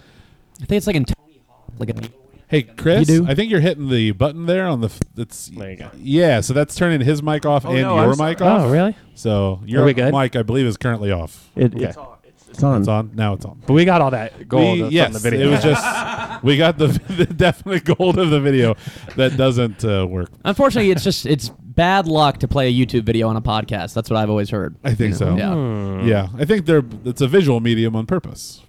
I think it's like in Tony Hawk, like a Hey, Chris, You do? I think you're hitting the button there on the. F- that's There you go. Yeah, so that's turning his mic off and no, your I'm so- mic off. Oh, really? So your we good? mic, I believe, is currently off. It, Okay. it's, it's on. It's on now. It's on. But we got all that gold We- from yes, the video. it was just we got the, the definite gold of the video that doesn't uh, work. Unfortunately, it's just it's bad luck to play a YouTube video on a podcast. That's what I've always heard. I think so. Yeah, Yeah, I think they're it's a visual medium on purpose.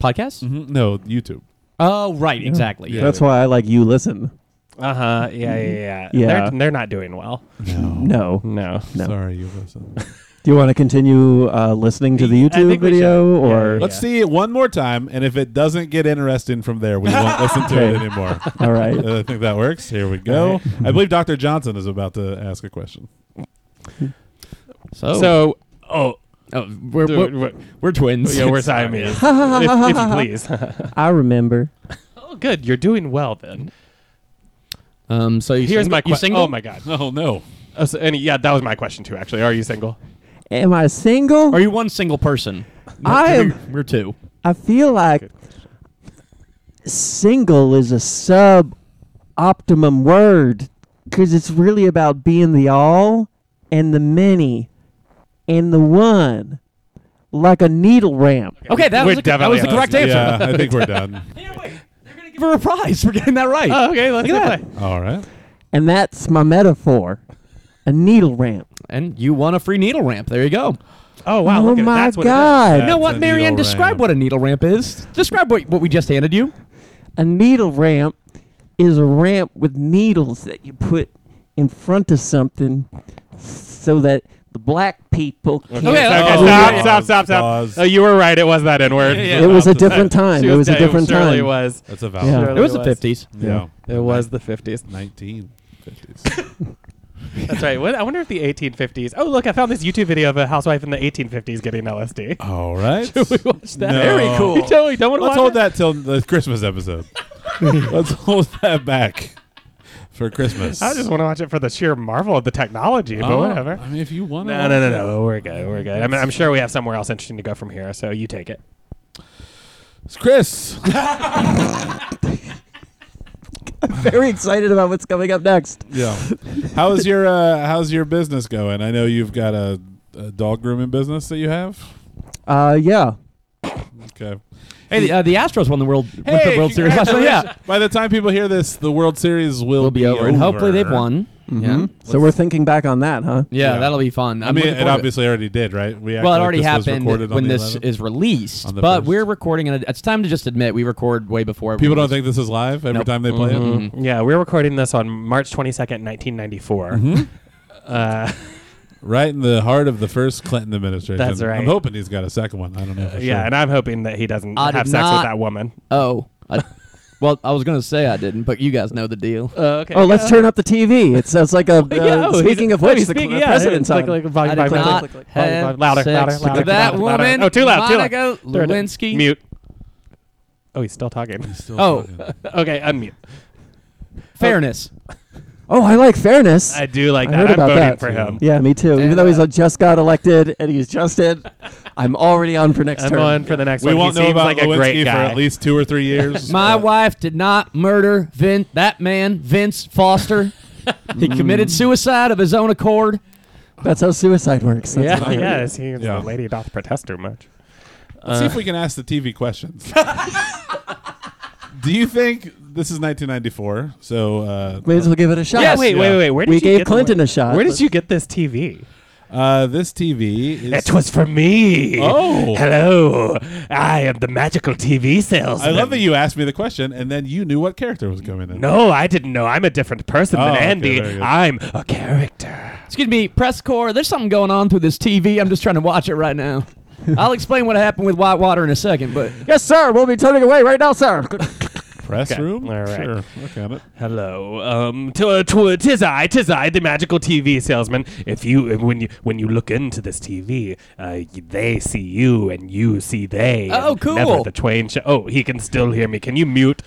podcasts. Mhm. No, YouTube. Oh, right, exactly. Yeah. That's why I like you listen. Uh huh. Yeah, yeah, yeah. Yeah. They're, they're not doing well. No, No. No. No. sorry, you listen. Do you want to continue uh, listening to the I YouTube think we video should. Yeah, or? yeah, Let's see it one more time, and if it doesn't get interesting from there, we won't listen to it anymore. All right. I think that works. Here we go. I believe Dr. Johnson is about to ask a question. So, So, oh, oh, we're, dude, we're, we're, we're twins. yeah, we're Siamese. if, if you please. I remember. oh, good. You're doing well then. Um, so you Here's sing- my you question. single? Oh my god. Oh no! Uh, so, and yeah, that was my question too. Actually, are you single? Am I single? Are you one single person? I am. We're two. I feel like single is a sub optimum word because it's really about being the all and the many and the one, like a needle ramp. Okay, that We're was, the- that was the definitely correct on- answer. Yeah, I think we're done. Give her a prize for getting that right. Uh, Oh, okay. Let's Look at go that. play. All right. And that's my metaphor a needle ramp. and you won a free needle ramp. There you go. Oh wow. oh look at it. my That's what it is. God. You know what, a Marianne? needle Describe ramp. what a needle ramp is. Describe what, what we just handed you. A needle ramp is a ramp with needles that you put in front of something so that the black people can't Okay, okay, Oh, stop, yeah. stop, stop, stop. Pause. Oh, you were right. It was that N word. yeah. it was a That's a- different time. She It was a different surely time. was. That's a valid. Yeah. Surely It was the was. 50s. Yeah. It was the 50s. 1950s. That's right. What, I wonder if the 1850s. Oh, look, I found this YouTube video of a housewife in the 1850s getting LSD. All right. Watch that. No. Very cool. You totally don't want to Let's watch hold it? that till the Christmas episode. Let's hold that back for Christmas. I just want to watch it for the sheer marvel of the technology, but Oh, whatever. I mean, if you want to. No, no, no, no. We're good. We're good. I mean, I'm sure we have somewhere else interesting to go from here, so you take it. It's Chris. Very excited about what's coming up next. yeah. How's your uh, How's your business going? I know you've got a, a dog grooming business that you have. Uh, yeah. Okay. Hey, the, uh, the Astros won the World, went to Hey, the World Series last year. Yeah. By the time people hear this, the World Series will Will be over, and hopefully they've won. Yeah. So we're thinking back on that, huh? yeah, Mm-hmm. Yeah. that'll be fun. I I'm mean, looking it forward to obviously already did, right? We act Well, it like already this was happened recorded on when the this 11th. is released, On the but first. we're recording. And it's time to just admit we record way before People everyone don't think this is live every Nope. Mm-hmm. time they play it. Yeah, we're recording this on March 22nd, 1994. Mm-hmm. Uh, Right in the heart of the first Clinton administration. That's right. Uh, I'm hoping he's got a second one. I don't know. For Yeah, sure. and I'm hoping that he doesn't I have did sex with not- that woman. Oh, I, well, I was gonna say I didn't, but you guys know the deal. Uh, okay. Oh, let's turn up the TV. It sounds like a. Uh, Yeah, oh, speaking he's- of which, he's the speaking- cl- yeah, president's like, on. like, volume, I volume, did volume, not volume, volume, have volume, louder, sex louder, with louder, that louder, louder. woman, Oh, too loud, too loud. Monica There it is. Lewinsky. Mute. Oh, he's still talking. Still Oh. fucking- okay, unmute. Fairness. oh, I like fairness. I do like I that. heard I'm about voting that. for him. yeah, me too. Even though he's uh, just got elected and he's just in, I'm already on for next I'm term. on for the next we one. won't he know seems about like a Lewinsky great for guy. at least two or three years. My Uh, wife did not murder Vin. That man, Vince Foster, he committed suicide of his own accord. That's how suicide works. That's what I yeah, heard. yeah. it seems Yeah. The lady doth protest too much. Let's see if we can ask the TV questions. Do you think this is 1994? So uh, May as well give it a shot. Yeah, wait, wait, Yeah. wait, wait. Where did We you gave get Clinton the, a shot. Where did you get this TV? uh, this TV is. It was for me. Oh. hello. I am the magical TV I salesman. love that you asked me the question and then you knew what character was coming in. No, I didn't know. I'm a different person Oh, than okay, Andy. very good. I'm a character. Excuse me, press corps. There's something going on through this TV. I'm just trying to watch it right now. I'll explain what happened with Whitewater in a second, but Yes, sir. We'll be turning away right now, sir. Press Okay. room? All right. Sure. Look at it. Hello, um, t- uh, t- uh, tis I, tis I, the magical TV salesman. If you, uh, when you, when you look into this TV, uh, y- they see you and you see they. Oh, and Never cool. the twain shall. Oh, he can still hear me. Can you mute?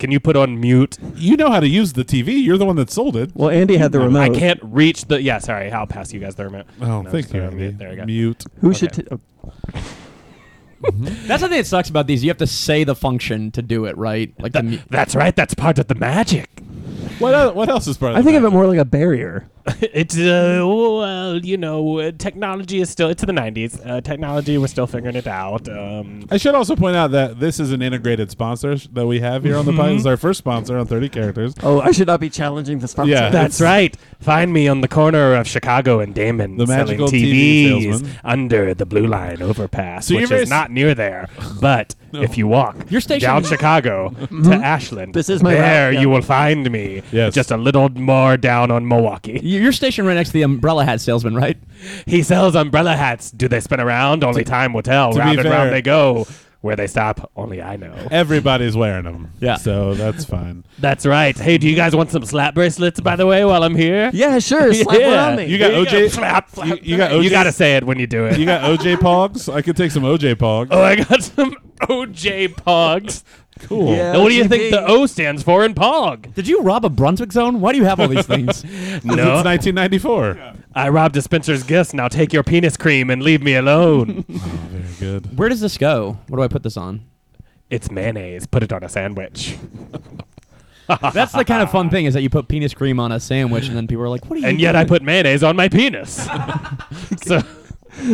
Can you put on mute? You know how to use the TV. You're the one that sold it. Well, Andy had the remote. I can't reach the. Yeah, sorry. I'll pass you guys the remote. Oh, No, thank sorry, you, I'm Andy. mute. There we go. Mute. Who should? Okay. T- oh, That's the thing that sucks about these. You have to say the function to do it, right? Like the, mu- That's right. That's part of the magic. What, el- what else is part of I the think of package? it more like a barrier. It's uh, well, you know, uh, technology is still. It's in the '90s. Uh, technology, we're still figuring it out. Um, I should also point out that this is an integrated sponsor sh- that we have here on the podcast. It's our first sponsor on 30 Characters. Oh, I should not be challenging the sponsor. Yeah. that's right. Find me on the corner of Chicago and Damon, The selling magical TV TVs salesman. under the Blue Line overpass, So you're which very is s- not near there. But if you walk Your station down is- Chicago to Ashland, Hmm? This is my there route, yeah. you will find me. Yes. just a little more down on Milwaukee. you- you're stationed right next to the umbrella hat salesman, right? He sells umbrella hats. Do they spin around? Only time will tell. to be Round and fair- round they go. Where they stop, only I know. Everybody's wearing them. Yeah. So that's fine. That's right. Hey, do you guys want some slap bracelets, by the way, while I'm here? Yeah, sure. Slap one on me. You got Here you OJ go. Slap, slap. you- you got OJ gotta say it when you do it. You got OJ Pogs? I could take some OJ Pogs. oh, I got some OJ Pogs. cool. Yeah, Now, what do you think OGP. the O stands for in Pog? Did you rob a Brunswick zone? Why do you have all these things? No, It's 1994. I robbed a Spencer's Gifts. Now take your penis cream and leave me alone. Very good. Where does this go? What do I put this on? it's mayonnaise. Put it on a sandwich. That's the kind of fun thing is that you put penis cream on a sandwich, and then people are like, "What are you?" And yet I put mayonnaise on my penis. so,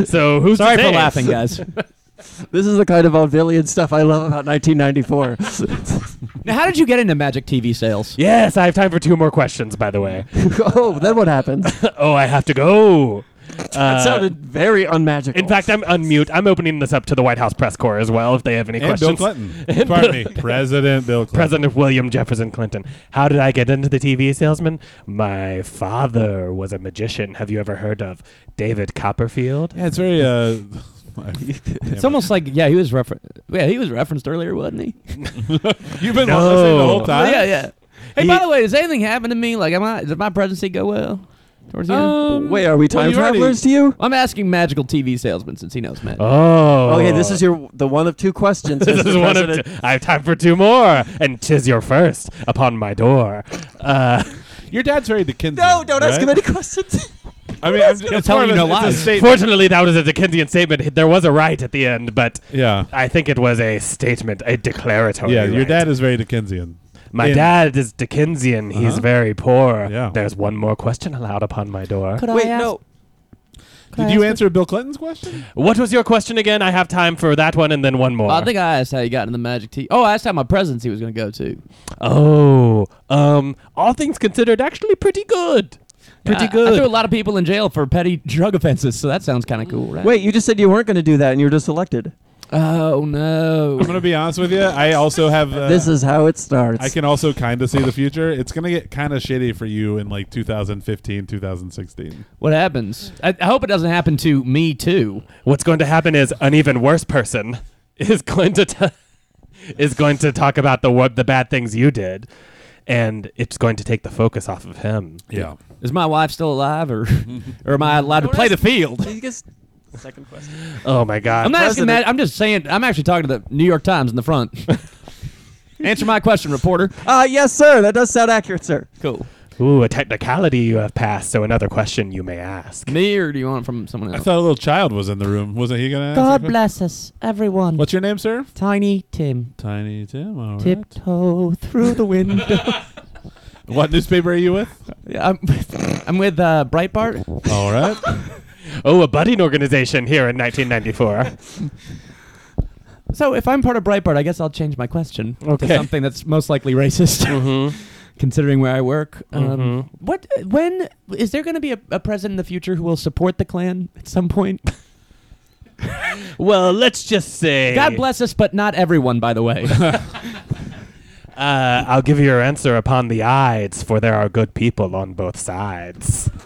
so who's to Sorry for say? laughing, guys. This is the kind of vaudevillian stuff I love about 1994. now, how did you get into magic TV sales? Yes, I have time for two more questions, by the way. oh, then what happened? That oh, I have to go. Uh, sounded very unmagical. In fact, I'm unmute. I'm opening this up to the White House press corps as well if they have any And questions. Bill Clinton. Pardon me. President Bill Clinton. President William Jefferson Clinton. How did I get into the TV salesman? My father was a magician. Have you ever heard of David Copperfield? Yeah, it's very. Uh, I- It's almost like yeah, he was refer- yeah, he was referenced earlier, wasn't he? You've been listening the whole No. time. yeah, yeah. Hey, He- by the way, does anything happen to me? Like, am I did my presidency go well towards the Uh, end? Wait, are we well, time you already- travelers to you? I'm asking magical TV salesman since he knows magic. Oh. Okay, this is your the one of two questions. This Mr. is one of. President. T- I have time for two more, and tis your first upon my door. Uh, Your dad's very Dickensian. No, don't ask right? him any questions. I mean, I'm, j- it's tell more you of no a, it's a lies. statement. fortunately, that was a Dickensian statement. There was a right at the end, but Yeah. I think it was a statement, a declaratory. Yeah, your Oh, right. dad is very Dickensian. My in- dad is Dickensian. He's Uh-huh. very poor. Yeah. There's one more question allowed upon my door. Wait, no. Did you answer Bill Clinton's question? What was your question again? I have time for that one and then one more. I think I asked how you got into magic TV. Oh, I asked how my presidency was going to go too. oh, um, all things considered, actually pretty good. Pretty I- I, good. threw a lot of people in jail for petty drug offenses, so that sounds kind of cool, right? Wait, you just said you weren't going to do that, and you were just elected. Oh no. I'm going to be honest with you. I also have. Uh, this is how it starts. I can also kind of see the future. It's going to get kind of shitty for you in like 2015, 2016. What happens? I, I hope it doesn't happen to me too. What's going to happen is an even worse person is going to t- is going to talk about the what the bad things you did, and it's going to take the focus off of him. Yeah. Is my wife still alive, or or am I allowed to play the field? Second question. Oh my God! I'm not asking that. I'm just saying. I'm actually talking to the New York Times in the front. Answer my question, reporter. Uh, yes, sir. That does sound accurate, sir. Cool. Ooh, a technicality you have passed. So another question you may ask. Me or do you want it from someone I else? thought a little child was in the room. Wasn't he going to God bless us, everyone. What's your name, sir? Tiny Tim. Tiny Tim. All right. Tiptoe through the window. What newspaper are you with? Yeah, I'm with, I'm with uh, Breitbart. All right. Oh, a budding organization here in 1994. So if I'm part of Breitbart, I guess I'll change my question to something that's most likely racist, considering where I work. Um, what? When is there going to be a, a president in the future who will support the Klan at some point? well, let's just say. God bless us, but not everyone, by the way. Uh, I'll give you your answer upon the Ides, for there are good people on both sides.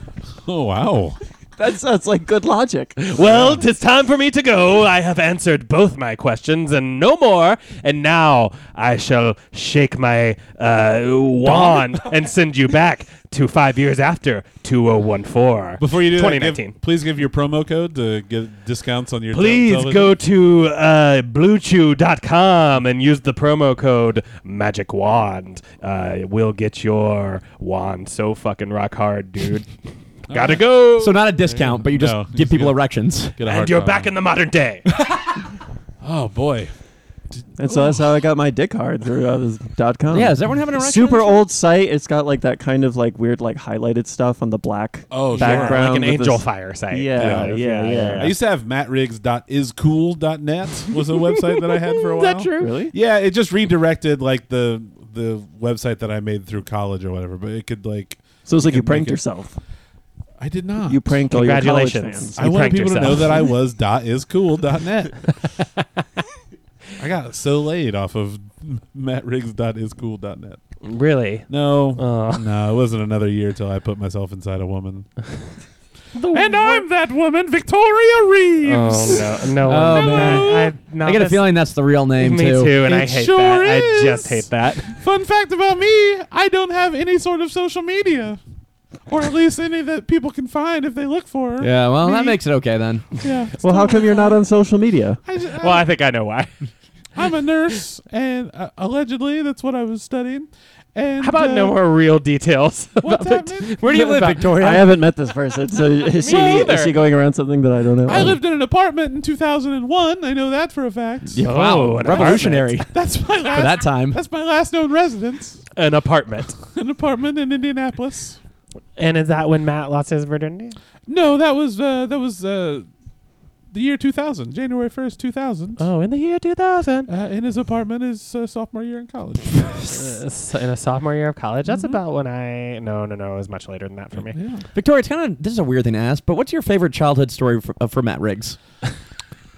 Oh, wow. That sounds like good logic. Well, 'tis time for me to go. I have answered both my questions and no more. And now I shall shake my uh, wand and send you back to five years after 2014. Before you do that, give- 2019. please give your promo code to get discounts on your. tel- Please television. go to uh, bluechew.com and use the promo code Magic Wand. Uh, we'll get your wand so fucking rock hard, dude. Gotta go. So not a discount, but you just No, give people erections. and you're back in the modern day. oh boy. And so that's how I got my dick hard through uh, this dot com. Yeah, is everyone having an erection Super old site. It's got like that kind of like weird like highlighted stuff on the black Oh, sure. background. with this- Yeah, yeah, yeah. I used to have mattriggs.iscool.net was a website that I had for a Is while. that true? Really? Yeah, it just redirected like the the website that I made through college or whatever, but it could like So it's like you could make pranked it- yourself. I did not. You pranked all your college fans. I wanted people to know that I was dot is cool dot net. I got so laid off of mattriggs.iscool.net. Really? No, Uh. no, it wasn't another year till I put myself inside a woman. and I'm that woman, Victoria Reeves. Oh, no. No. Oh, no. man. I, no, I get a this- feeling that's the real name Me too. too, and I It hate sure that. I is. just hate that. Fun fact about me: I don't have any sort of social media, or at least any that people can find if they look for. yeah, well, that Me. makes it okay then. Yeah. Well, how come you're not on social media? I ju- Well, I think I know why. I'm a nurse, and uh, allegedly that's what I was studying. And How about uh, no more real details? What's about the- happening? Where do you live, About- Victoria? I haven't met this person, so is she Me is either. she going around something that I don't know? I lived in an apartment in 2001. I know that for a fact. Yeah, Oh, wow, an revolutionary for That's my last. that time. That's my last known residence. An apartment. An apartment in Indianapolis. And is that when Matt lost his virginity? No, that was uh, that was uh, the year 2000, January 1st, 2000. Oh, in the year 2000. Uh, in his apartment his uh, sophomore year in college. in a sophomore year of college. That's about when I. No, no, no. It was much later than that for me. yeah. Victoria, it's kind of this is a weird thing to ask, but what's your favorite childhood story for, uh, for Matt Riggs?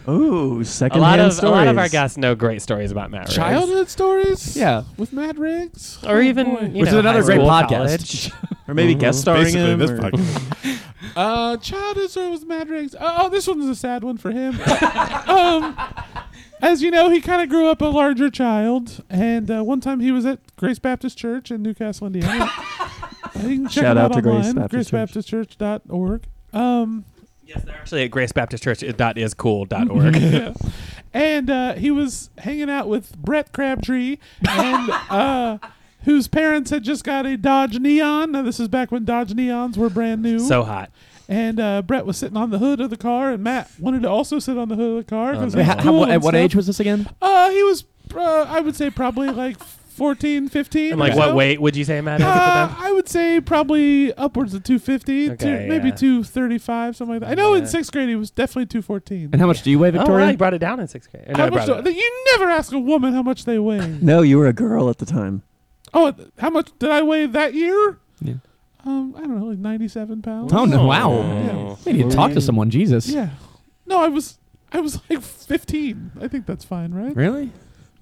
Oh, Ooh, A secondhand lot of stories. a lot of our guests know great stories about Matt. Riggs. Childhood stories? Yeah. With Mad Riggs? or even boy. you Which is know, another high great school, podcast. Mm-hmm. college. or maybe guest starring Basically, him this or- podcast. uh, childhood story with Mad Riggs. Oh, oh, this one's a sad one for him. um, as you know, he kind of grew up a larger child, and uh, one time he was at Grace Baptist Church in Newcastle, Indiana. you can check Shout him out to Grace online, Baptist Church. gracebaptistchurch.org. Um, Yes, they're actually at Grace Baptist Church. Dot is cool. Dot org. and uh, he was hanging out with Brett Crabtree, and uh, whose parents had just got a Dodge Neon. Now this is back when Dodge Neons were brand new. so hot. and uh, Brett was sitting on the hood of the car, and Matt wanted to also sit on the hood of the car because Oh, no. was How- how- cool at and what stuff. age was this again? Uh, he was, uh, I would say, probably like 14, 15. And like, or what so. weight would you say Matt is Uh, at I would say probably upwards of 250, Okay, to maybe yeah. 235, something like that. I know in Yeah. sixth grade he was definitely 214. And how much do you weigh, the time? Oh, Victoria? wow, you brought it down in sixth grade. Or no, I How much brought it do, up. you never ask a woman how much they weigh. No, you were a girl at the time. Oh, how much did I weigh that year? Yeah. Um, I don't know, like 97 pounds. Oh no! Wow. Yeah. Maybe you talk to someone. Jesus. Yeah. No, I was I was like 15. I think that's fine, right? Really?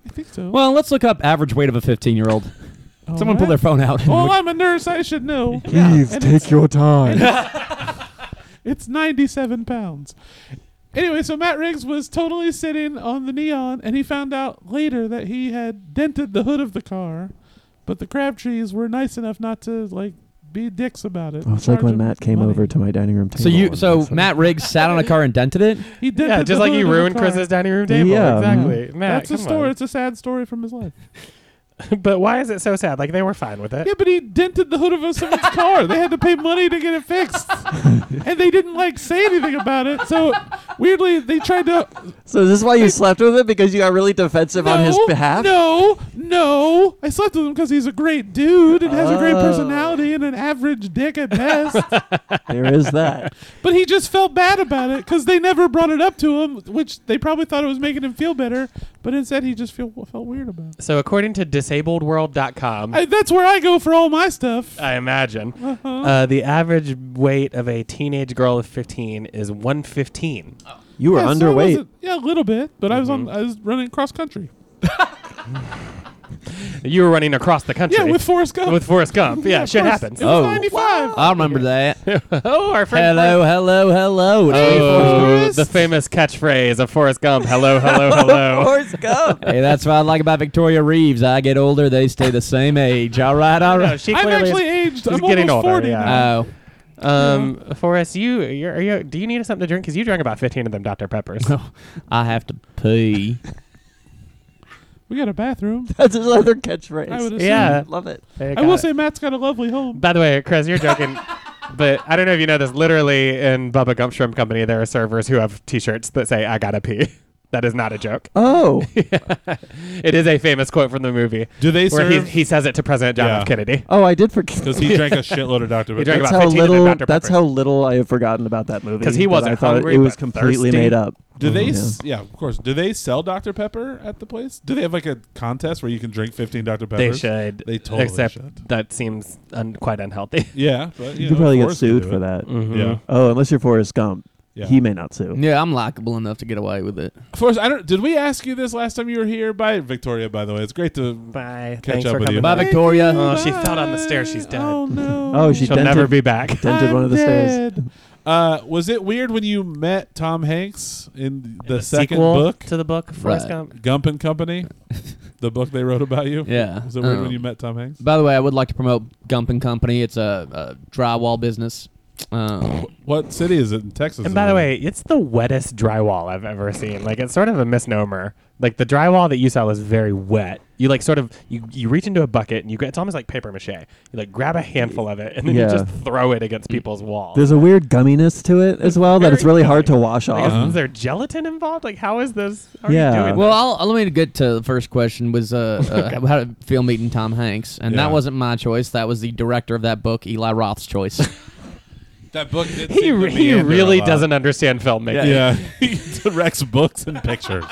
I think so. Well, let's look up average weight of a 15-year-old. All Someone pull right. their phone out. and Well, look- I'm a nurse. I should know. Please And take your time. It's 97 pounds. Anyway, so Matt Riggs was totally sitting on the neon, and he found out later that he had dented the hood of the car, but the Crabtrees were nice enough not to like be dicks about it. Oh, it's like Charge when him Matt came money. over to my dining room table. so you, one so day, Matt Riggs sat on a car and dented it. He dented Yeah, the just like hood you of the ruined car. Chris's dining room table. Yeah. exactly. Matt, Mm-hmm. That's a come story. on. It's a sad story from his life. but why is it so sad? Like they were fine with it. Yeah, but he dented the hood of a- someone's car. They had to pay money to get it fixed, and they didn't like say anything about it. So weirdly, they tried to So is this why you slept with it? Because you got really defensive on his No, behalf? No, no. I slept with him because he's a great dude and has a great Oh. personality and an average dick at best. There is that. but he just felt bad about it because they never brought it up to him, which they probably thought it was making him feel better. But instead, he just feel, felt weird about it. So according to disabledworld.com, I, that's where I go for all my stuff. I imagine Uh-huh. uh, the average weight of a teenage girl of 15 is 115. You were Yeah, so I underweight. Mm-hmm. wasn't- yeah, a little bit, but I was on. I was running cross country. you were running across the country. Yeah, with Forrest Gump. With Forrest Gump. Yeah, of shit course. happens. Oh, It was 95. I remember that. oh, our friend. hello, hello, hello. Oh, the famous catchphrase of Forrest Gump. Hello, hello, hello. hey, that's what I like about Victoria Reeves. I get older, they stay the same age. All right, all right. she I'm clearly is- actually aged. She's I'm getting almost older, 40 yeah. now. Oh, Um, Forrest, you, you're, you do you need something to drink? Because you drank about 15 of them Dr. Peppers. I have to pee. We got a bathroom. That's his other I would catchphrase. assume. Yeah. Love it. There you I got will it. say Matt's got a lovely home. By the way, Chris, you're joking. But I don't know if you know this. Literally, in Bubba Gump Shrimp Company, there are servers who have T-shirts that say "I gotta pee." That is not a joke. Oh, It is a famous quote from the movie Do they where he, serve? he says it to President John Yeah. F. Kennedy. oh, I did forget. Because he drank a shitload of Dr. He drank Pepper. about That's how 15 of them little. Dr. Peppers. That's how little I have forgotten about that movie. 'Cause he that I wasn't thought hungry, it was but completely thirsty. made up. Do they? s- Yeah. Yeah. of course. Do they sell Dr. Pepper at the place? Do they have like a contest where you can drink 15 Dr. They Peppers? should. They totally except should. that seems un- quite unhealthy. Yeah, but you, You know, could probably get Forrest can sued do for it. that. Mm-hmm. Yeah. Oh, unless you're Forrest Gump, Yeah. he may not sue. Yeah, I'm likable enough to get away with it. Forrest, I don't. Did we ask you this last time you were here? By Victoria, by the way, it's great to. Bye. Catch Thanks up for with coming. you. Bye, by. Victoria. Oh, she fell down the stairs. She's dead. Oh no. Oh, she She'll dented, never be back. dented one of the stairs. Dead. Uh, was it weird when you met Tom Hanks in the, The second sequel book, to the book Forrest Right. Gump. Gump and Company, the book they wrote about you? Yeah. Was it weird Um, Oh. when you met Tom Hanks? By the way, I would like to promote Gump and Company. It's a, a drywall business. Um, What city is it in Texas? And by is Mm-hmm. the it? way, it's the wettest drywall I've ever seen. Like it's sort of a misnomer. Like the drywall that you sell is very wet. You like sort of you, you reach into a bucket and you get it's almost like paper mache. You like grab a handful of it and then Yeah. you just throw it against people's walls. There's a weird gumminess to it as well that it's Very really hard to wash like, is, off. is there gelatin involved? Like how is this? How are Yeah. you doing? well, I'll, I'll- let me get to the first question. Was uh, uh, how to feel meeting Tom Hanks, and Yeah. that wasn't my choice. That was the director of that book, Eli Roth's choice. that book did this? he seem to re- he meander a really lot. doesn't understand filmmaking. Yeah, he directs books and pictures.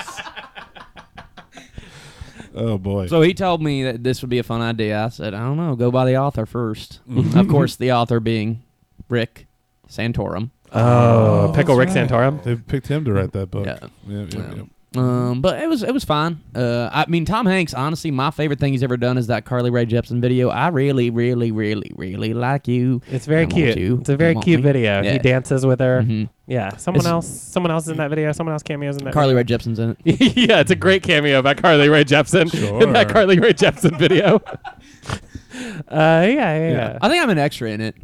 oh boy. so he told me that this would be a fun idea. I said, I don't know, go by the author first. Mm-hmm. of course, the author being Rick Santorum. Oh, Pickle Rick Santorum. They picked him to write that book. Yeah. Yeah, yeah, Yeah. yeah. Um, but it was it was fine. Uh, I mean, Tom Hanks. Honestly, my favorite thing he's ever done is that Carly Rae Jepsen video. I really, really, really, really like you. It's very I want cute. you. It's a I very want cute me. video. Yeah. He dances with her. Mhm. Yeah. Someone It's- else someone else is in that video. Someone else cameos in that Carly video. Rae Jepsen's in it. yeah, it's a great cameo by Carly Rae Jepsen in that Sure. Carly Rae Jepsen video. uh, yeah, yeah, yeah. I think I'm an extra in it.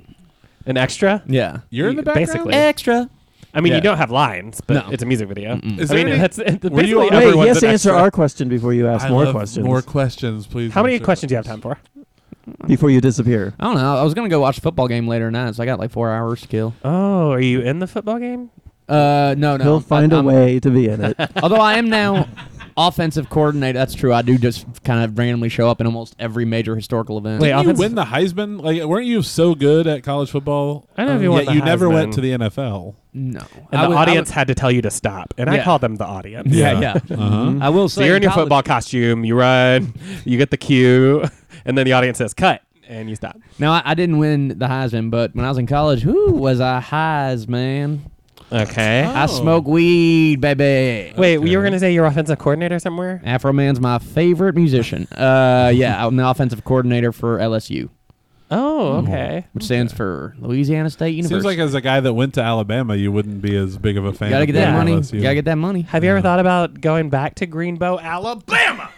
An extra? Yeah. You're in the background. Basically. Extra. I mean, Yeah. you don't have lines, but No. it's a music video. Mm-mm. Is I there mean, any- that's it, were basically you on- Wait, everyone's he has an to answer extra. our question before you ask I more love questions. More questions, please. How many answer questions do you have those. time for? before you disappear. I don't know. I was gonna go watch a football game later tonight, so I got like four hours to kill. Oh, are you in the football game? Uh, no, no. He'll I'm- find a I'm- way to be in it. Although I am now offensive coordinator. That's true. I do just kind of randomly show up in almost every major historical event. Wait, Didn't you offensive- win the Heisman? Like, weren't you so good at college football? I don't know if you Um, won yet the you never Heisman. went to the NFL. no. And I the would- I would- audience had to tell you to stop, and I Yeah. called them the audience. Yeah, yeah. Uh-huh. I will say. So you're in your college- football costume. You run, you get the cue, and then the audience says cut, and you stop. Now I, I didn't win the Heisman, but when I was in college, who was I highs, man? Okay. I smoke weed, baby. Oh. Wait, you were gonna say you're offensive coordinator somewhere? Afro Man's my favorite musician. Uh, yeah, I'm the offensive coordinator for LSU, Oh, okay. which stands for Louisiana State Seems University. like as a guy that went to Alabama, you wouldn't be as big of a fan. gotta of get that football money. as you- Gotta get that money. Have you ever thought about going back to Greenbow, Alabama?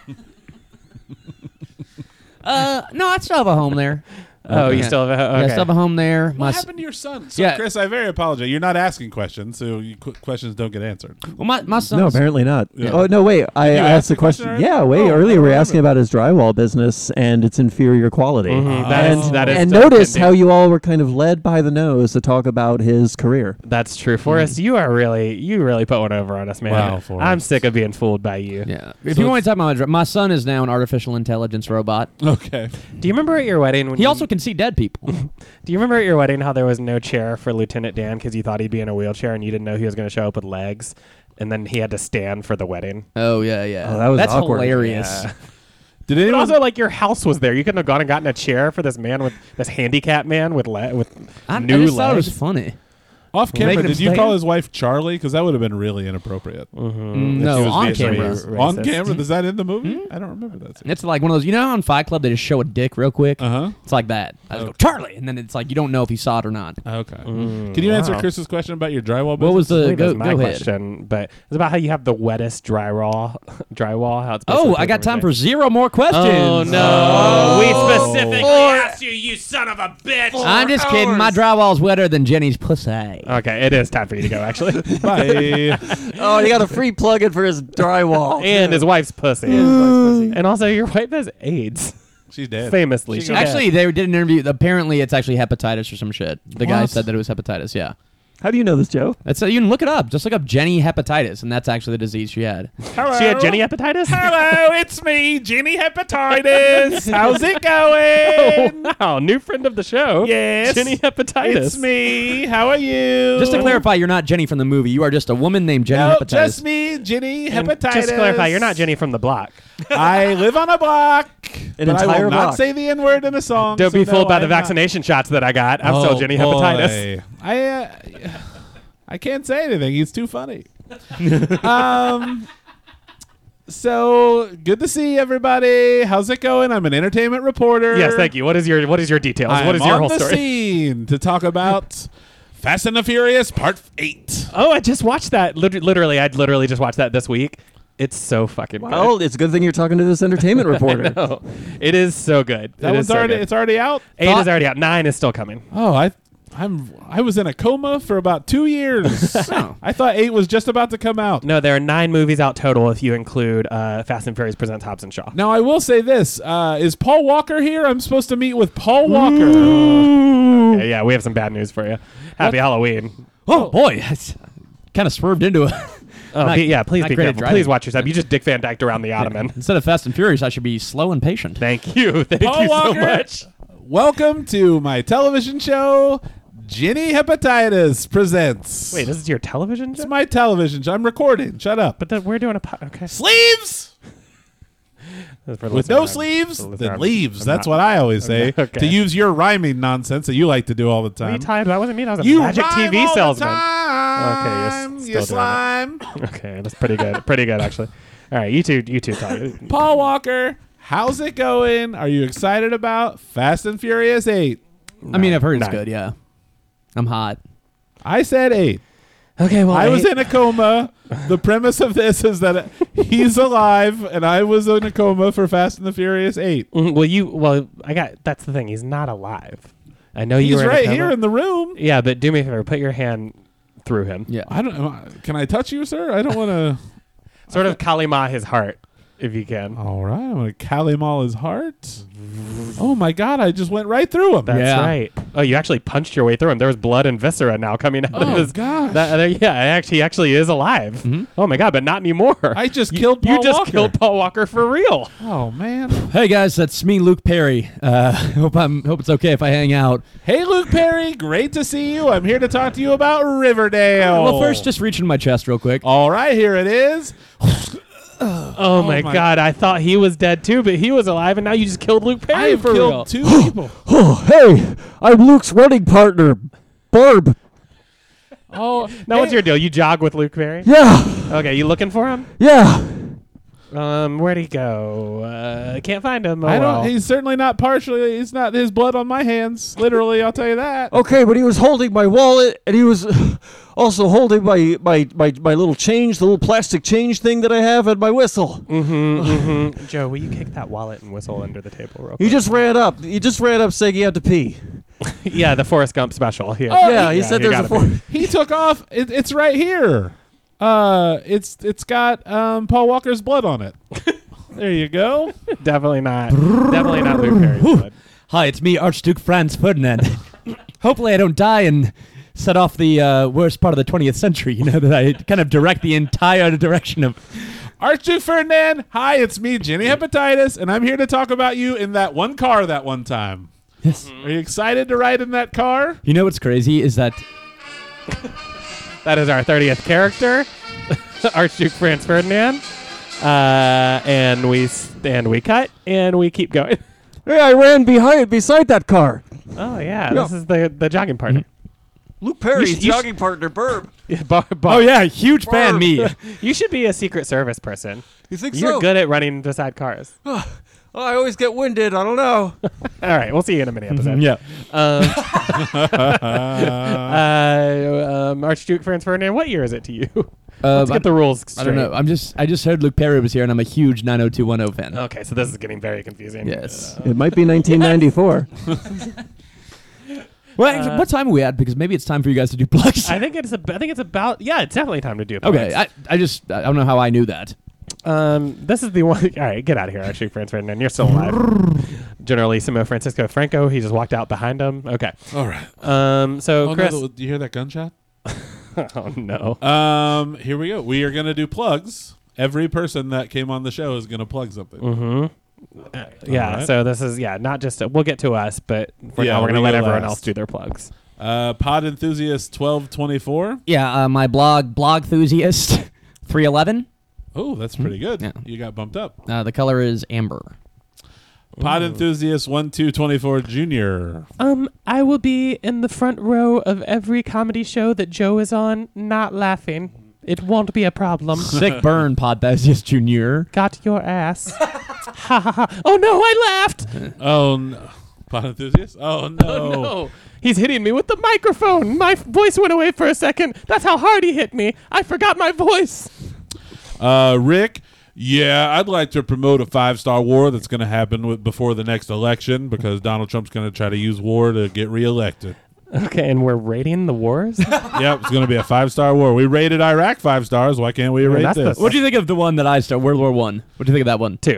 Uh, no, I still have a home there. oh, you Yeah. still have a Yeah, I okay. still have a home there. My What s- happened to your son? So, Yeah. Chris, I very apologize. You're not asking questions, so you, qu- questions don't get answered. well, my my No, son's apparently not. Yeah. Oh no, wait. I I you ask asked the the question already? question. yeah, way Oh, earlier. We I We're asking about his drywall business and its inferior quality. Mhm, that is- and that is and still notice pending. how you all were kind of led by the nose to talk about his career. That's true, Forrest. You are really, you really put one over on us, man. Wow, Forrest. I'm sick of being fooled by you. yeah. If So you want to talk about my, dr- my son is now an artificial intelligence robot. Okay. Do you remember at your wedding when He you, also can see dead people. Do you remember at your wedding how there was no chair for Lieutenant Dan because you thought he'd be in a wheelchair and you didn't know he was going to show up with legs, and then he had to stand for the wedding. oh yeah, yeah. Oh, that was That's awkward. hilarious. Yeah. Did But anyone? also, like your house was there. You couldn't have gone and gotten a chair for this man with this handicap man with le- with I, I new just thought it legs. was funny. Off Making camera, a did you mistake. call his wife Charlie? Because that would have been really inappropriate. Mm, If no, she was on Vietnamese. camera. Racist. On Hmm? camera? Is that in the movie? I don't remember that. scene. It's like one of those, you know, how on Fight Club they just show a dick real quick. Uh Uh-huh. huh. It's like that. I just go Charlie, and then it's like you don't know if he saw it or not. Okay. Hmm. Can you answer Chris's question about your drywall? What was business? the- go- my go ahead. question, but it's about how you have the wettest drywall, drywall. How it's Oh, basically I got time everything. for zero more questions. Oh no! We specifically Four- asked you, you son of a bitch. I'm just kidding. My drywall's wetter than Jenny's Uh, pussy. Okay, it is time for you to go. Actually, Bye. oh, and he got a free plug-in for his drywall. and his wife's pussy. and also, your wife has AIDS. She's dead. Famously, she's Actually, they did an interview. Apparently, it's actually hepatitis or some shit. The guy What? said that it was hepatitis. Yeah. How do you know this, Joe? That's uh, you can look it up. Just look up Jenny hepatitis, and that's actually the disease she had. Hello. She had Jenny hepatitis. Hello, it's me, Jenny Hepatitis. How's it going? Oh, wow, new friend of the show. Yes. Jenny hepatitis. It's me. How are you? Just to Oh. clarify, you're not Jenny from the movie. You are just a woman named Jenny No, hepatitis. just me, Jenny And Hepatitis. Just to clarify, you're not Jenny from the block. I live on a block. An but I entire will block. not say the N word in a song. Don't so be no, fooled by I'm the not. vaccination shots that I got. I'm still Jenny hepatitis. Oh, boy. I, uh, I can't say anything. He's too funny. um, so good to see everybody. How's it going? I'm an entertainment reporter. Yes, thank you. What is your What is your details? I'm what is your on whole the story? scene to talk about Fast and the Furious Part Eight. Oh, I just watched that. Lit- Literally, I literally just watched that this week. It's so fucking Well, Oh, it's a good thing you're talking to this entertainment good. I reporter. know. It is so good. That It one's is so already. good. It's already out. Eight Thought- is already out. Nine is still coming. Oh, I. I'm. I was in a coma for about two years. Oh. I thought eight was just about to come out. No, there are nine movies out total if you include uh, Fast and Furious Presents Hobbs and Shaw. Now I will say this: uh, Is Paul Walker here? I'm supposed to meet with Paul Walker. Yeah, yeah, we have some bad news for you. Happy Halloween. Oh boy, that's kind of swerved into it. Oh, Not- be- yeah, please not be great at careful. driving. Please watch yourself. You just Dick Van Dyke around the ottoman. Instead of fast and furious, I should be slow and patient. Thank you. Thank Paul you so Walker. much. Welcome to my television show, Ginny Hepatitis presents. Wait, this is your television it's show? my television show. I'm recording. Shut up. But then we're doing a po- okay. sleeves with no sleeves, then leaves. That's what I always say Okay. to use your rhyming nonsense that you like to do all the What are you time. talking about? That wasn't me. That was a You magic rhyme TV all salesman. The time. Okay, you're s- you still doing slime. Okay, that's pretty good. pretty good actually. All right, you two, you two talk. Paul Walker, how's it going? Are you excited about Fast and Furious Eight? I mean, I've heard it's no. good. Yeah, I'm hot. I said eight. Okay, well, I was in a coma. The premise of this is that he's alive, and I was in a coma for Fast and the Furious Eight. Mm, Well, you. Well, I got. That's the thing. He's not alive. I know you He's were in a right coma. here in the room. yeah, but do me a favor. Put your hand through him. Yeah. I don't. uh, Can I touch you, sir? I don't want to. Sort of Kalima his heart, if you can. All right, I'm gonna Kalimal his heart. Oh my God! I just went right through him. That's Yeah. right. Oh, you actually punched your way through him. There was blood and viscera now coming out of oh his. gosh! That, there- yeah, I actually, he actually is alive. Oh my god, but not anymore. I just You- killed Paul You just Walker. killed Paul Walker for real. oh man! Hey guys, that's me, Luke Perry. Uh, hope I'm hope it's okay if I hang out. hey, Luke Perry, great to see you. I'm here to talk to you about Riverdale. Well, first, just reach in my chest real quick. all right. Here it is. Oh, my, my- god, I thought he was dead too, but he was alive, and now you just killed Luke Perry I have for killed real. two people. Oh, hey, I'm Luke's running partner, Barb. Oh, now what's your deal? You jog with Luke Perry? Yeah, Okay, you looking for him? yeah. Um, where'd he go? Uh, can't find him. Oh, I well. don't. He's certainly not partially. He's not his blood on my hands. Literally, I'll tell you that. Okay, but he was holding my wallet, and he was also holding my my my, my little change, the little plastic change thing that I have, and my whistle. Mm-hmm, hmm Joe, will you kick that wallet and whistle under the table real He quick? just ran up. He just ran up saying he had to pee. yeah, the Forrest Gump special. Oh, Yeah. yeah, he said you there's gotta a four. be. He took off. It, it's right here. Uh, it's it's got um Paul Walker's blood on it. there you go. Definitely not. definitely not Luke Perry's blood. Hi, it's me, Archduke Franz Ferdinand. Hopefully, I don't die and set off the uh, worst part of the 20th century. You know that I kind of direct the entire direction of. Archduke Ferdinand. Hi, it's me, Jenny Hepatitis, and I'm here to talk about you in that one car that one time. Yes. Are you excited to ride in that car? You know what's crazy is that That is our 30th character, Archduke Franz Ferdinand. Uh, and we s- and we cut and we keep going. Hey, I ran behind beside that car. Oh yeah, this is the the jogging partner. Luke Perry's You sh- you sh- jogging partner, Burb. oh yeah, huge fan, me. you should be a secret service person. You think You're so? good at running beside cars. oh, I always get winded. I don't know. All right, we'll see you in a mini episode. Mhm, yeah. Um, uh, um, Archduke Franz Ferdinand, what year is it to you? Let's Uh, get the rules I don't know. straight. I'm just. I just heard Luke Perry was here, and I'm a huge 90210 fan. Okay, so this is getting very confusing. Yes. It might be 1994. Well, actually, Uh, what time are we at? Because maybe it's time for you guys to do plugs. I think it's. ab- I think it's about. Yeah, it's definitely time to do. Okay, plugs. I, I just I don't know how I knew that. Um, this is the one. All right, get out of here, actually, Franz Ferdinand. You're still alive. Generalissimo Francisco Franco. He just walked out behind him. Okay. All right. Um. So Oh, Chris. no, do you hear that gunshot? oh no. Um, here we go. We are gonna do plugs. Every person that came on the show is gonna plug something. Mm-hmm. yeah. Alright. So this is yeah, not just we'll get to us, but for now we're gonna we let go everyone last. else do their plugs. Uh, Pod Enthusiast twelve twenty four. Yeah, uh, my blog, blogthusiast, 311. Oh, that's pretty good. Yeah. You got bumped up. Uh, the color is amber. Pod Enthusiast one two twenty four junior. Um, I will be in the front row of every comedy show that Joe is on, not laughing. It won't be a problem. Sick burn, Podthusiast Junior. Got your ass. ha ha ha. Oh no, I laughed. Oh no. Pod Enthusiast? Oh no. Oh no. He's hitting me with the microphone. My f- voice went away for a second. That's how hard he hit me. I forgot my voice. Uh, Rick, yeah, I'd like to promote a five star war that's going to happen with, before the next election because Donald Trump's going to try to use war to get reelected. Okay, and we're rating the wars? yep, it's going to be a five star war. We rated Iraq five stars. Why can't we rate this? What do you think of the one that I started, World War One? What do you think of that one? Two.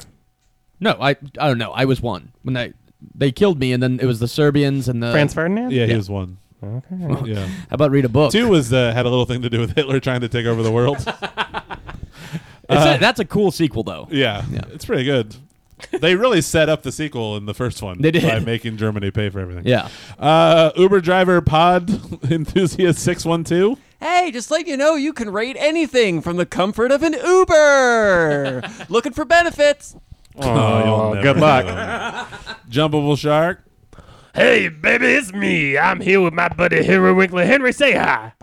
No, I I don't know. I was one when they they killed me, and then it was the Serbians and the Franz Ferdinand? yeah, he was one. Okay. Yeah. How about read a book? Two was uh, had a little thing to do with Hitler trying to take over the world. It's Uh, a- that's a cool sequel, though. yeah, it's pretty good. They really set up the sequel in the first one They did. by making Germany pay for everything. Yeah. Uh, Uber driver pod enthusiast six one two. Hey, just letting you know you can rate anything from the comfort of an Uber. Looking for benefits. Oh, good luck. Jumpable shark. Hey, baby, it's me. I'm here with my buddy Henry Winkler. Henry, say hi.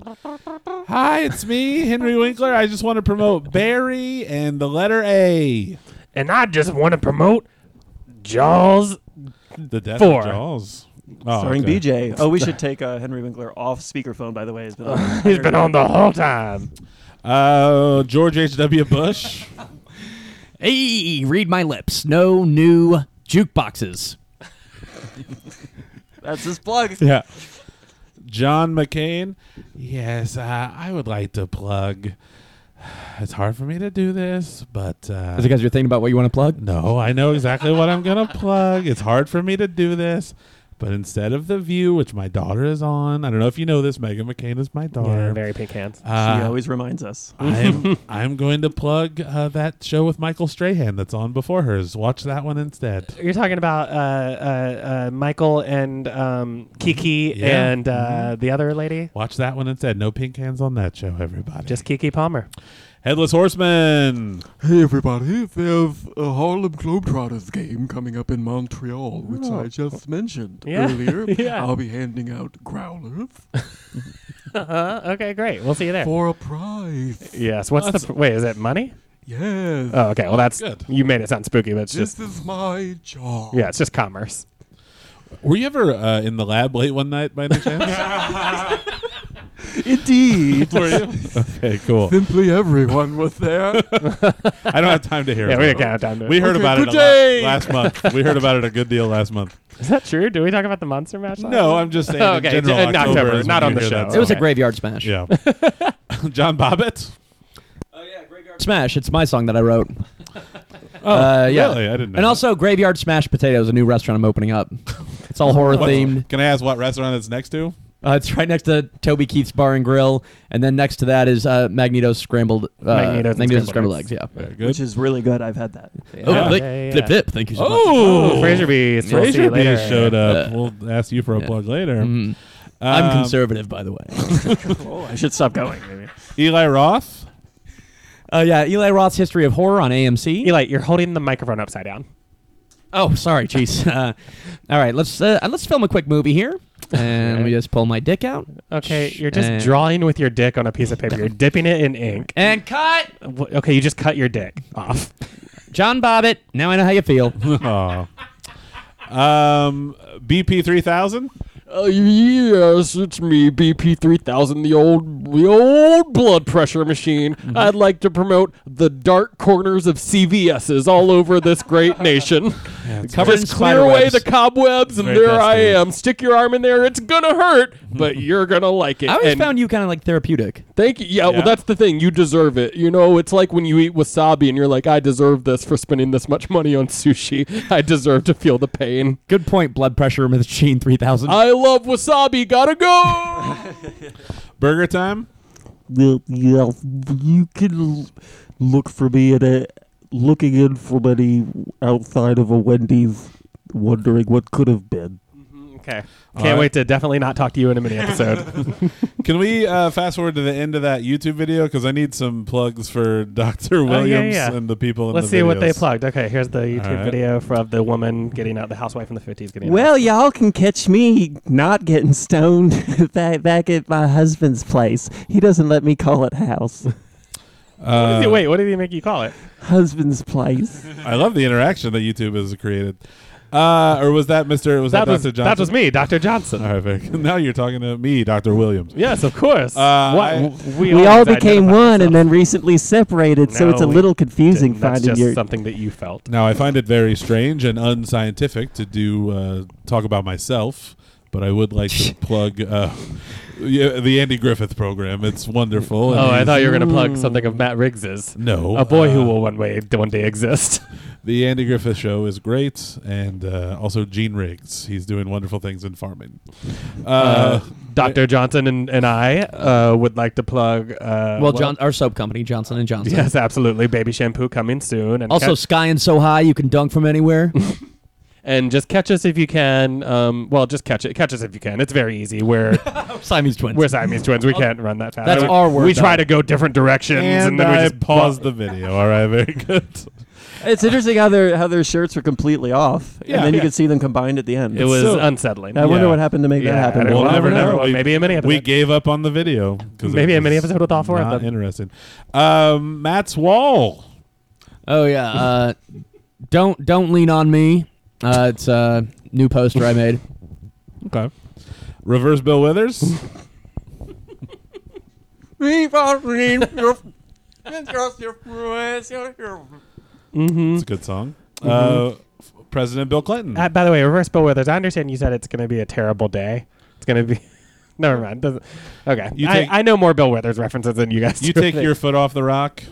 Hi, it's me, Henry Winkler. I just want to promote Barry and the letter A. And I just want to promote Jaws. The death Four. of Jaws. Starring okay. BJ. Oh, we should take uh, Henry Winkler off speakerphone, by the way. He's been on, He's been on the whole time. Uh, George H.W. Bush. Hey, read my lips. No new jukeboxes. That's his plug. Yeah. John McCain. Yes, uh, I would like to plug. It's hard for me to do this, but uh, Is it because you're thinking about what you want to plug? No, I know exactly what I'm gonna plug. It's hard for me to do this, but instead of the View, which my daughter is on, I don't know if you know this. Megan McCain is my daughter. Yeah, very pink hands. she Uh, always reminds us. I'm I'm going to plug uh, that show with Michael Strahan that's on before hers. Watch that one instead. You're talking about uh, uh, uh, Michael and um, Kiki Yeah. Mm-hmm. and uh, the other lady, Watch that one instead. No pink hands on that show, everybody. just Kiki Palmer. Headless Horseman. Hey everybody, there's a Harlem Globetrotters game coming up in Montreal, which Oh. I just mentioned Yeah. earlier. Yeah. I'll be handing out growlers Uh-huh. Okay, great. We'll see you there. for a prize. Yes. What's the That's- pr- wait? Is it money? Yes. Uh, Oh, okay. Well, that's Good. you made it sound spooky, but it's This just is my job. yeah, it's just commerce. Were you ever uh, in the lab late one night by any chance? Indeed. Were you? Okay, cool. Simply everyone was there. I don't have time to hear. Yeah, about we it. don't have time to- We heard Okay, about good it a day. lot last month. We heard about it a good deal last month. Is that true? Do we talk about the monster match? last No, time? I'm just saying. okay, in, general, in October, October is not when on you the hear show. that It was a song. graveyard smash. Yeah. John Bobbitt. Smash. It's my song that I wrote. Oh, uh, yeah. really? I didn't know And that. also, Graveyard Smash Potatoes, a new restaurant I'm opening up. It's all horror What- themed. Can I ask what restaurant it's next to? Uh, it's right next to Toby Keith's Bar and Grill, and then next to that is uh, Magneto's scrambled uh, Magneto's and Magneto's scrambled scrambled eggs. Yeah. Very good. Which is really good. I've had that. Oh, Yeah. like, Yeah, yeah, yeah. Flip, flip. Thank you so much. Oh, Oh, Fraser Beast. We'll see you Fraser later. Mm-hmm. Beast showed up. Uh, we'll ask you for a yeah. plug later. Mhm. Um, I'm conservative, by the way. Oh, I should stop going. Maybe. Eli Roth. uh, yeah, Eli Roth's History of Horror on AMC. Eli, you're holding the microphone upside down. oh, sorry, jeez. Uh, all right, let's uh, let's film a quick movie here. and we just pull my dick out. Okay, you're just And- drawing with your dick on a piece of paper. You're dipping it in ink. And cut. Wh- Okay, you just cut your dick off. John Bobbitt. Now I know how you feel. um, BP three thousand. Uh, yes, it's me, BP3000, the old, the old blood pressure machine. Mm-hmm. I'd like to promote the dark corners of CVSs all over this great nation. right. Just clear away the cobwebs, and Very there I dusty. am. Stick your arm in there; it's gonna hurt, but you're gonna like it. I always And found you kind of like therapeutic. Thank you. Yeah, Yeah. well, that's the thing. You deserve it. You know, it's like when you eat wasabi and you're like, I deserve this for spending this much money on sushi. I deserve to feel the pain. Good point, blood pressure machine 3000. Uh, I love wasabi. Gotta go. Burger time. Well, yeah, you can l- look for me at a looking in from any outside of a Wendy's, wondering what could have been. Mm-hmm, Okay. All Can't right. wait to definitely not talk to you in a mini episode. Can we uh, fast forward to the end of that YouTube video because I need some plugs for Doctor Oh, yeah, Williams yeah. and the people. In Let's the see what they videos. plugged. Okay, here's the YouTube right. video for of the woman getting out, the housewife in the 50s getting out. Well, y'all can catch me not getting stoned back back at my husband's place. He doesn't let me call it house. What Uh, did he- wait, what did he make you call it? Husband's place. I love the interaction that YouTube has created. Uh, or was that Mr. Was that, That was- Dr. Johnson? that was me, Dr. Johnson. All right, very good. now you're talking to me, Dr. Williams. Yes, of course. Uh, What- I- We, all became one and then recently separated, so No, it's a we little confusing didn't. That's finding just your. something that you felt. Now I find it very strange and unscientific to do uh, talk about myself, but I would like to plug uh, yeah, the Andy Griffith program. It's wonderful. Oh, I thought you were going to hmm. plug something of Matt Riggs's. No, uh, A boy who will one way one day exist. The Andy Griffith Show is great, and uh, also Gene Riggs. He's doing wonderful things in farming. Uh, Uh, Dr. Johnson and, and I uh, would like to plug. Uh, well, John, our soap company, Johnson and Johnson. Yes, absolutely. Baby shampoo coming soon. And Also, ca- skying so high you can dunk from anywhere. and just catch us if you can. Um, well, just catch it. Catch us if you can. It's very easy. We're Oh, Siamese twins. We're Siamese twins. We can't run that fast. That's We- our word, We try though. to go different directions, and, and then we I just pause the video. All right, very good. It's interesting how their how their shirts were completely off, Yeah. and then you Yeah. could see them combined at the end. It was unsettling. I wonder Yeah. what happened to make Yeah, that happen. I don't- We'll Well, never never know. know. We- Maybe a mini We episode. gave up on the video. 'cause it Maybe a mini was episode with all four of not them. Interesting. Um, Matt's wall. Oh yeah. Uh, don't don't lean on me. Uh, it's a new poster I made. Okay. Reverse Bill Withers. Mm-hmm. It's a good song. Uh, Mhm. f- President Bill Clinton. Uh, by the way, reverse Bill Withers. I understand you said it's going to be a terrible day. It's going to be. Never mind. Doesn't, okay. You I, take- I know more Bill Withers references than you guys. you do, I take think. your foot off the rock.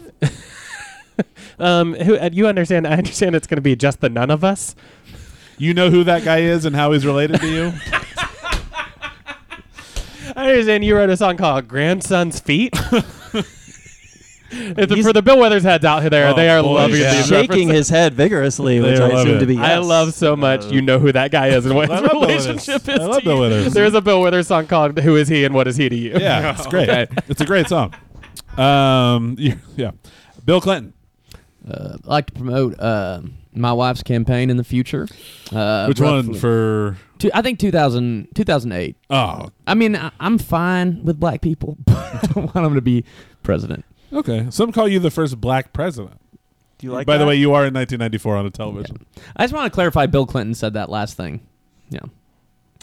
Um, who, uh, you understand? I understand it's going to be just the none of us. You know who that guy is and how he's related to you. I understand you wrote a song called "Grandson's Feet." If the- for the Bill Withers heads out there, Oh, they are boy, loving yeah. these Shaking references. his head vigorously, They which I love assume it. to be I yes. love so much. you know who that guy is and what Uh, I his love Bill Withers. relationship I is. love to Bill you. Withers. There's a Bill Withers song called "Who Is He and What Is He to You." Yeah, it's great. Okay. It's a great song. Um, you- yeah, Bill Clinton, Uh, I'd like to promote uh, my wife's campaign in the future. Uh, Which one? roughly- For- Two, I think 2000, 2008. Oh. I mean, I, I'm fine with black people, but I don't want them to be president. Okay. Some call you the first black president. Do you like By the that? way, you are in 1994 on a television. I just want to clarify Bill Clinton said that last thing. Yeah.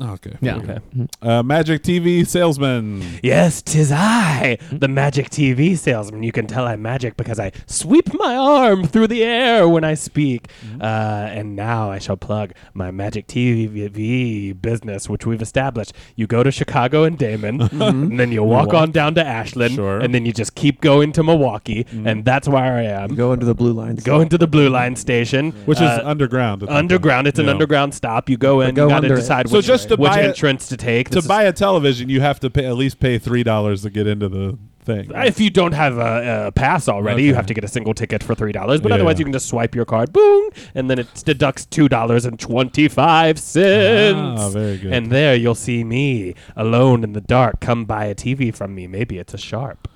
Oh, Okay. Yeah. Mm-hmm. Okay. Uh, Magic TV salesman. Yes, tis I, the magic TV salesman. You can tell I'm magic because I sweep my arm through the air when I speak. Mm-hmm. Uh, and now I shall plug my magic TV business, which we've established. You go to Chicago and Damon, Mm-hmm. and then you Walk. walk, on down to Ashland, Sure. and then you just keep going to Milwaukee, Mm-hmm. and that's where I am. Go into the blue line. Go into the Blue Line station, Which is underground at that Uh, Underground. point. It's an Yeah. underground stop. You go in. go you got to under it. decide So which, just to which buy it- entrance to take. to This is- buy a television, you have to pay at least pay three dollars to get into the thing. Uh, If you don't have a, a pass already, you Okay. have to get a single ticket for three dollars. But Yeah. otherwise, you can just swipe your card, boom, and then it deducts two dollars and twenty five cents. Ah, very good. And there you'll see me alone in the dark. Come buy a TV from me. Maybe it's a sharp.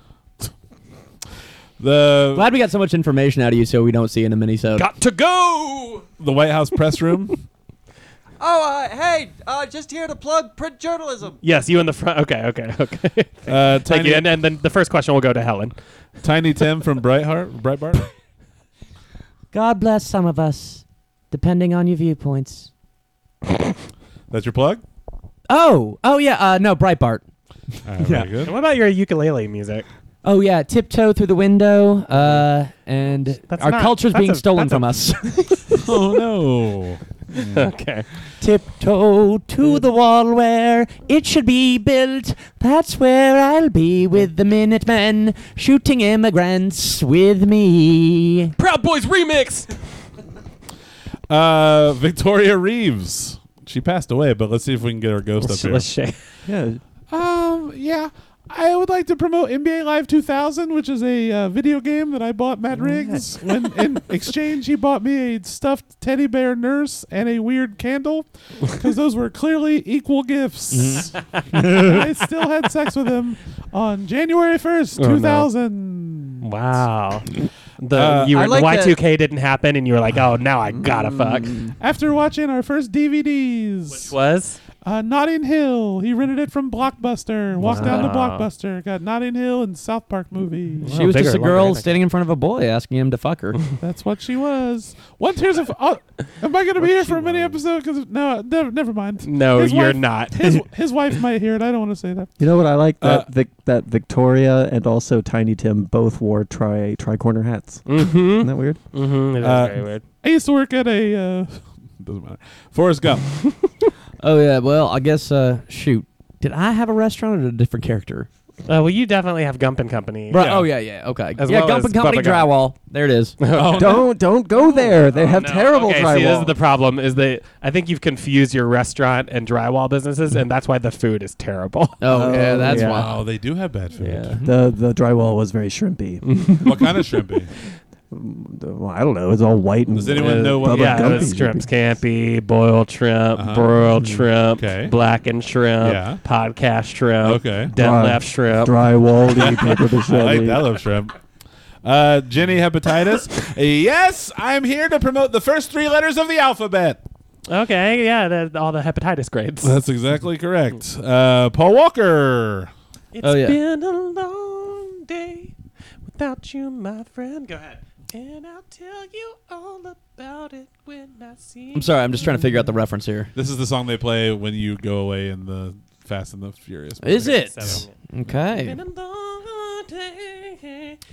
The Glad we got so much information out of you so we don't see in a minisode. Got to go. The White House press room. Oh, uh, hey, uh, just here to plug print journalism. Yes, you in the front. Okay, okay, okay. Uh, Thank Tiny- you. And, and then the first question will go to Helen. Tiny Tim from Breitbart. Breitbart. God bless some of us, depending on your viewpoints. That's your plug. Oh, oh yeah. Uh, no, Breitbart. yeah. And what about your ukulele music? Oh yeah, tiptoe through the window, uh, and That's our not- culture's that's being a- stolen that's a- from us. oh no. okay. Tiptoe to Mm. the wall where it should be built. That's where I'll be with the Minutemen, shooting immigrants with me. Proud Boys remix. Uh, Victoria Reeves. She passed away, but let's see if we can get her ghost Let's- up here. let's shake. Yeah. Um. Yeah. I would like to promote NBA Live 2000, which is a uh, video game that I bought Matt Riggs. when in exchange, he bought me a stuffed teddy bear nurse and a weird candle, because those were clearly equal gifts. I still had sex with him on January 1st, Oh, no. 2000. Wow. The Mm. Uh, you I were, like that- Mm. Y2K didn't happen, and you were like, oh, now I gotta fuck. After watching our first DVDs, Was Uh, Notting Hill. He rented it from Blockbuster. Walked down to Wow. Blockbuster. Got Notting Hill and South Park movie. she was just a girl standing in front of a boy asking him to fuck her. That's what she was. Once here's a. F- oh, am I gonna be here for a mini episode? Because no, never, never mind. No, His you're wife- not. His, his wife might hear it. I don't want to say that. You know what I like that Vic, that Victoria and also Tiny Tim both wore tri tricorner hats. Mm-hmm. Isn't that weird? Mm-hmm. It is Uh, very weird. I used to work at a. Uh, doesn't matter. Forrest Gump. oh yeah. Well, I guess. Uh, shoot, did I have a restaurant or a different character? Uh, well, you definitely have Gump and Company. Right. Oh yeah. Yeah. Okay. As yeah. well Gump as and Company Bubba Gump. drywall. There it is. Oh, no. don't don't go there. oh, They have No, terrible okay, drywall. See, this is the problem. Is that I think you've confused your restaurant and drywall businesses, and that's why the food is terrible. Oh, yeah, that's yeah. why. Oh, they do have bad food. the the drywall was very shrimpy. what kind of shrimpy? well, I don't know. It's all white and. uh, Does anyone know what- Bubba yeah, Gump it was is- shrimp scampi, boiled shrimp, Uh-huh. broiled shrimp, Okay. blackened shrimp, Yeah. podcast shrimp, Okay. dead Dry- left shrimp. Drywall-y, paper I like mache. that love shrimp. Uh, Jenny Hepatitis. yes, I'm here to promote the first three letters of the alphabet. Okay, yeah, the, all the hepatitis grades. That's exactly correct. Uh, Paul Walker. It's Oh, yeah. been a long day without you, my friend. Go ahead. And I'll tell you all about it when I see. I'm sorry. I'm just trying to figure out the reference here. This is the song they play when you go away in the Fast and the Furious. Is movie. it? Okay. Been a long day.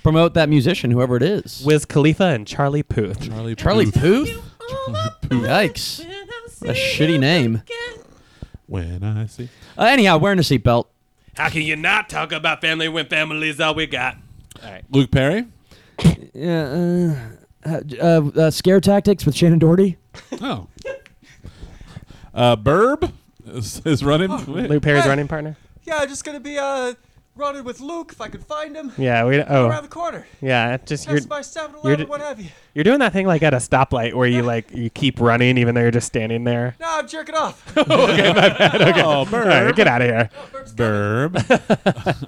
Promote that musician, whoever it is. Mm. Wiz Khalifa and Charlie Puth. Charlie Charlie Puth. Puth. Yikes. A shitty name. When I see. Uh, anyhow, wearing a seatbelt. How can you not talk about family when family is all we got? All right. Luke Perry. Yeah. Uh, uh, uh, scare tactics with Shannon Doherty. Oh. Uh, Burb is, is Oh, running. Luke Perry's running partner. Yeah, just gonna be uh running with Luke if I can find him. Yeah, we. Oh, around the corner. Yeah, just you're. That's by Seven you're, Eleven, what have you? you're doing that thing like at a stoplight where you like you keep running even though you're just standing there. No, I'm jerking off. okay, my bad. Okay. Oh, All right, get out of here. Burb.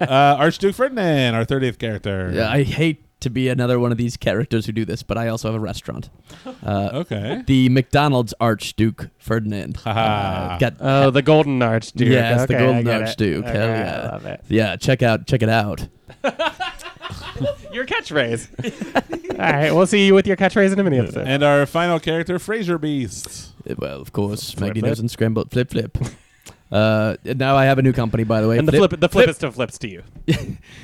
uh, Archduke Ferdinand, our 30th character. Yeah, I hate to be another one of these characters who do this, but I also have a restaurant. Uh, Okay. The McDonald's Archduke Ferdinand. Ha-ha. Uh, got- Oh, the Golden Archduke. yeah, it's the Okay, I Golden get it. Archduke. Okay, Hell I yeah. love it. Yeah, check out, check it out. Your catchphrase. All right, we'll see you with your catchphrase in a minute. episode. And our final character, Fraser Beast. Uh, Well, of course, Maggie flip. knows and scrambled flip flip. Uh, and now I have a new company, by the way. And the flip, the flip, is to flips to you.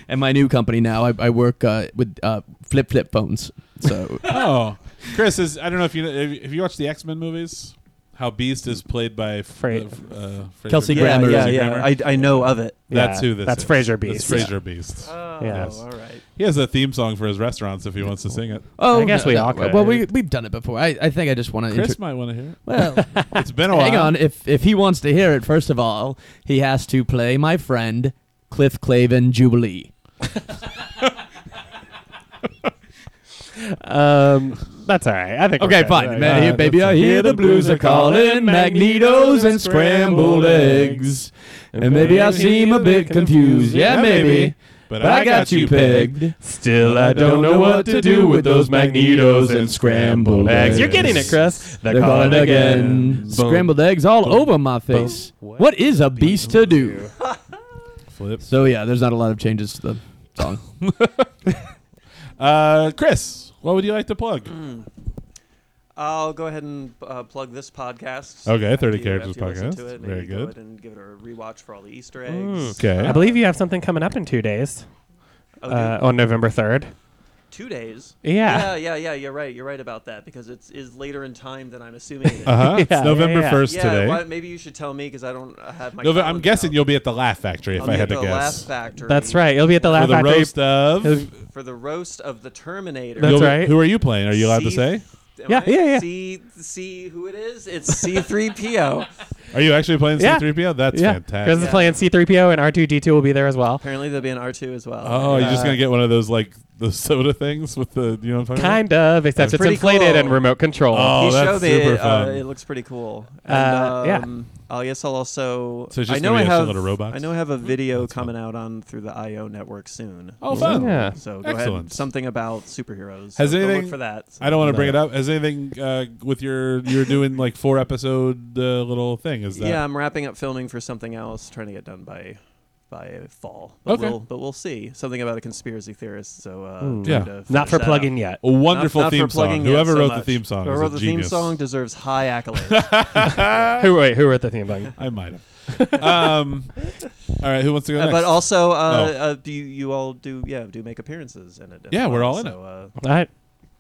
and my new company now, I, I work uh, with uh, flip flip phones. So Oh, Chris is. I don't know if you know, have you- have you watched the X Men movies. How Beast is played by Fra- uh, Fraser Kelsey Grammer. Grammer. Yeah, Kelsey yeah. Grammer. I, I know of it. That's Yeah, who this. that's is. Fraser Beast. That's Fraser Beast. Oh, Yes. all right. He has a theme song for his restaurants if he wants to sing it. oh, I guess we no, all no, could. Well, we we've done it before. I, I think I just want to. Chris might want to hear it. well, It's been a while. hang on. If if he wants to hear it, first of all, he has to play my friend Cliff Clavin Jubilee. Um, that's all right. I think. we're Okay, good. fine. Yeah, Ma- yeah, baby, that's I fine. hear the blues are calling, magnetos and scrambled eggs. And maybe I seem a bit confused. Yeah, maybe. But I got you pegged. Still, I don't know what to do with those magnetos and scrambled eggs. You're getting it, Chris. They're, calling again. Scrambled eggs all over my face. what is a beast to do? Flip. So yeah, there's not a lot of changes to the song. uh, Chris, what would you like to plug? Mm. I'll go ahead and uh, plug this podcast. Okay, After 30 you- characters after you listen podcast. to it, Very maybe go good. ahead and give it a rewatch for all the Easter eggs. Okay. I believe you have something coming up in two days. Oh, Uh, on November 3rd. Two days. Yeah. Yeah, yeah, yeah. You're right. You're right about that because it's is later in time than I'm assuming. It is. Uh-huh, it's Yeah, November yeah, yeah. 1st yeah, today. why- maybe you should tell me because I don't uh, have my. Nova, I'm calendar. guessing you'll be at the Laugh Factory if I'll I be had at to the Laugh guess. Factory. That's right. You'll be at the Laugh For the Factory. roast of. for the roast of the Terminator. That's You'll- right. who are you playing? Are you allowed to C- say? am Yeah, I? yeah, yeah. See, see who it is? It's C3PO. Are you actually playing Yeah. C3PO? That's yeah. fantastic. Chris is playing C3PO and R2D2 will be there as well. Apparently, there'll be an R2 as well. Oh, you're just gonna get one of those like the soda things with the you know what I'm talking about? Kind of, except it's pretty inflated cool. and remote control. Oh, he that's showed me. super it, fun. Uh, it looks pretty cool. Uh, yeah. um, yeah. I guess I'll also. So it's I just know gonna I be a have. shitload of robots? I know I have a video coming out on through the IO network soon. Oh, So- fun. Yeah. So go ahead. Excellent. Something about superheroes. Has so go look anything for that? I don't want to bring No. it up. Has anything uh, with your you're doing like four episode uh, little thing? Is that Yeah, I'm wrapping up filming for something else, trying to get done by by fall. But Okay. we'll but we'll see. Something about a conspiracy theorist, so uh Hmm. trying Yeah. to Not finish for that plugging up. yet. A wonderful theme song. yet Whoever so wrote the much. theme song Whoever is a wrote the genius. theme song deserves high accolades. who, wait, who wrote the theme song? I might have. um, all right, who wants to go Uh, next? but also, uh, Oh. uh, do you, you all do yeah do make appearances in it? as Yeah, we're well, all in so, Uh, I,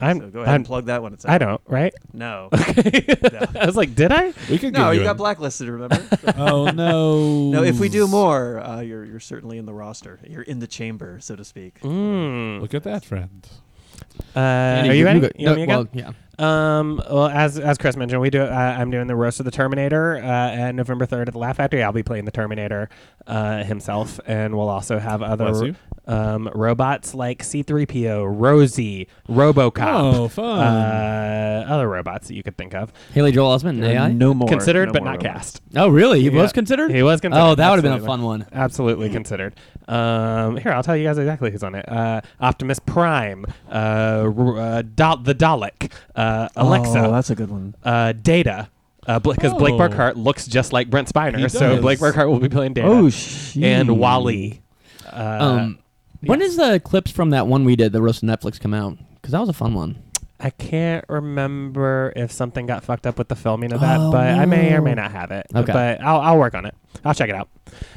I'm, so go ahead I'm, and plug that one. It's I out. don't, right? No. Okay. No. I was like, did I? We could no, you got blacklisted. Remember? Oh, no. No, if we do more, uh, you're you're certainly in the roster. You're in the chamber, so to speak. Look at that friend. Uh, Andy, are you- you ready? you go- You no, want me to go? well, yeah. Um, well, as as Chris mentioned, we do. Uh, I'm doing the roast of the Terminator uh, at November 3rd at the Laugh Factory. I'll be playing the Terminator uh, himself, and we'll also have Bless other you. um, robots like C3PO, Rosie, RoboCop. Oh, fun. Uh, other robots that you could think of. Haley Joel Osment, There are AI? no more- Considered, no but more not robots. cast. Oh, really? He was Yeah. considered. He was considered. Oh, that would have been a Absolutely. fun one. Mm. Absolutely considered. Um, here, I'll tell you guys exactly who's on it. Uh, Optimus Prime, uh, R- uh, Dal- the Dalek, uh, Alexa. Oh, that's a good one. Uh, Data. Because Blake Oh. Burkhart looks just like Brent Spiner, He so does. Blake Burkhart will be playing Data. Oh, And Wally. Uh, um, when does the clips from that one we did, the roast of Netflix, come out? Because that was a fun one. I can't remember if something got fucked up with the filming of that, Oh, but I may or may no. not have it. Okay. But I'll, I'll work on it. I'll check it out.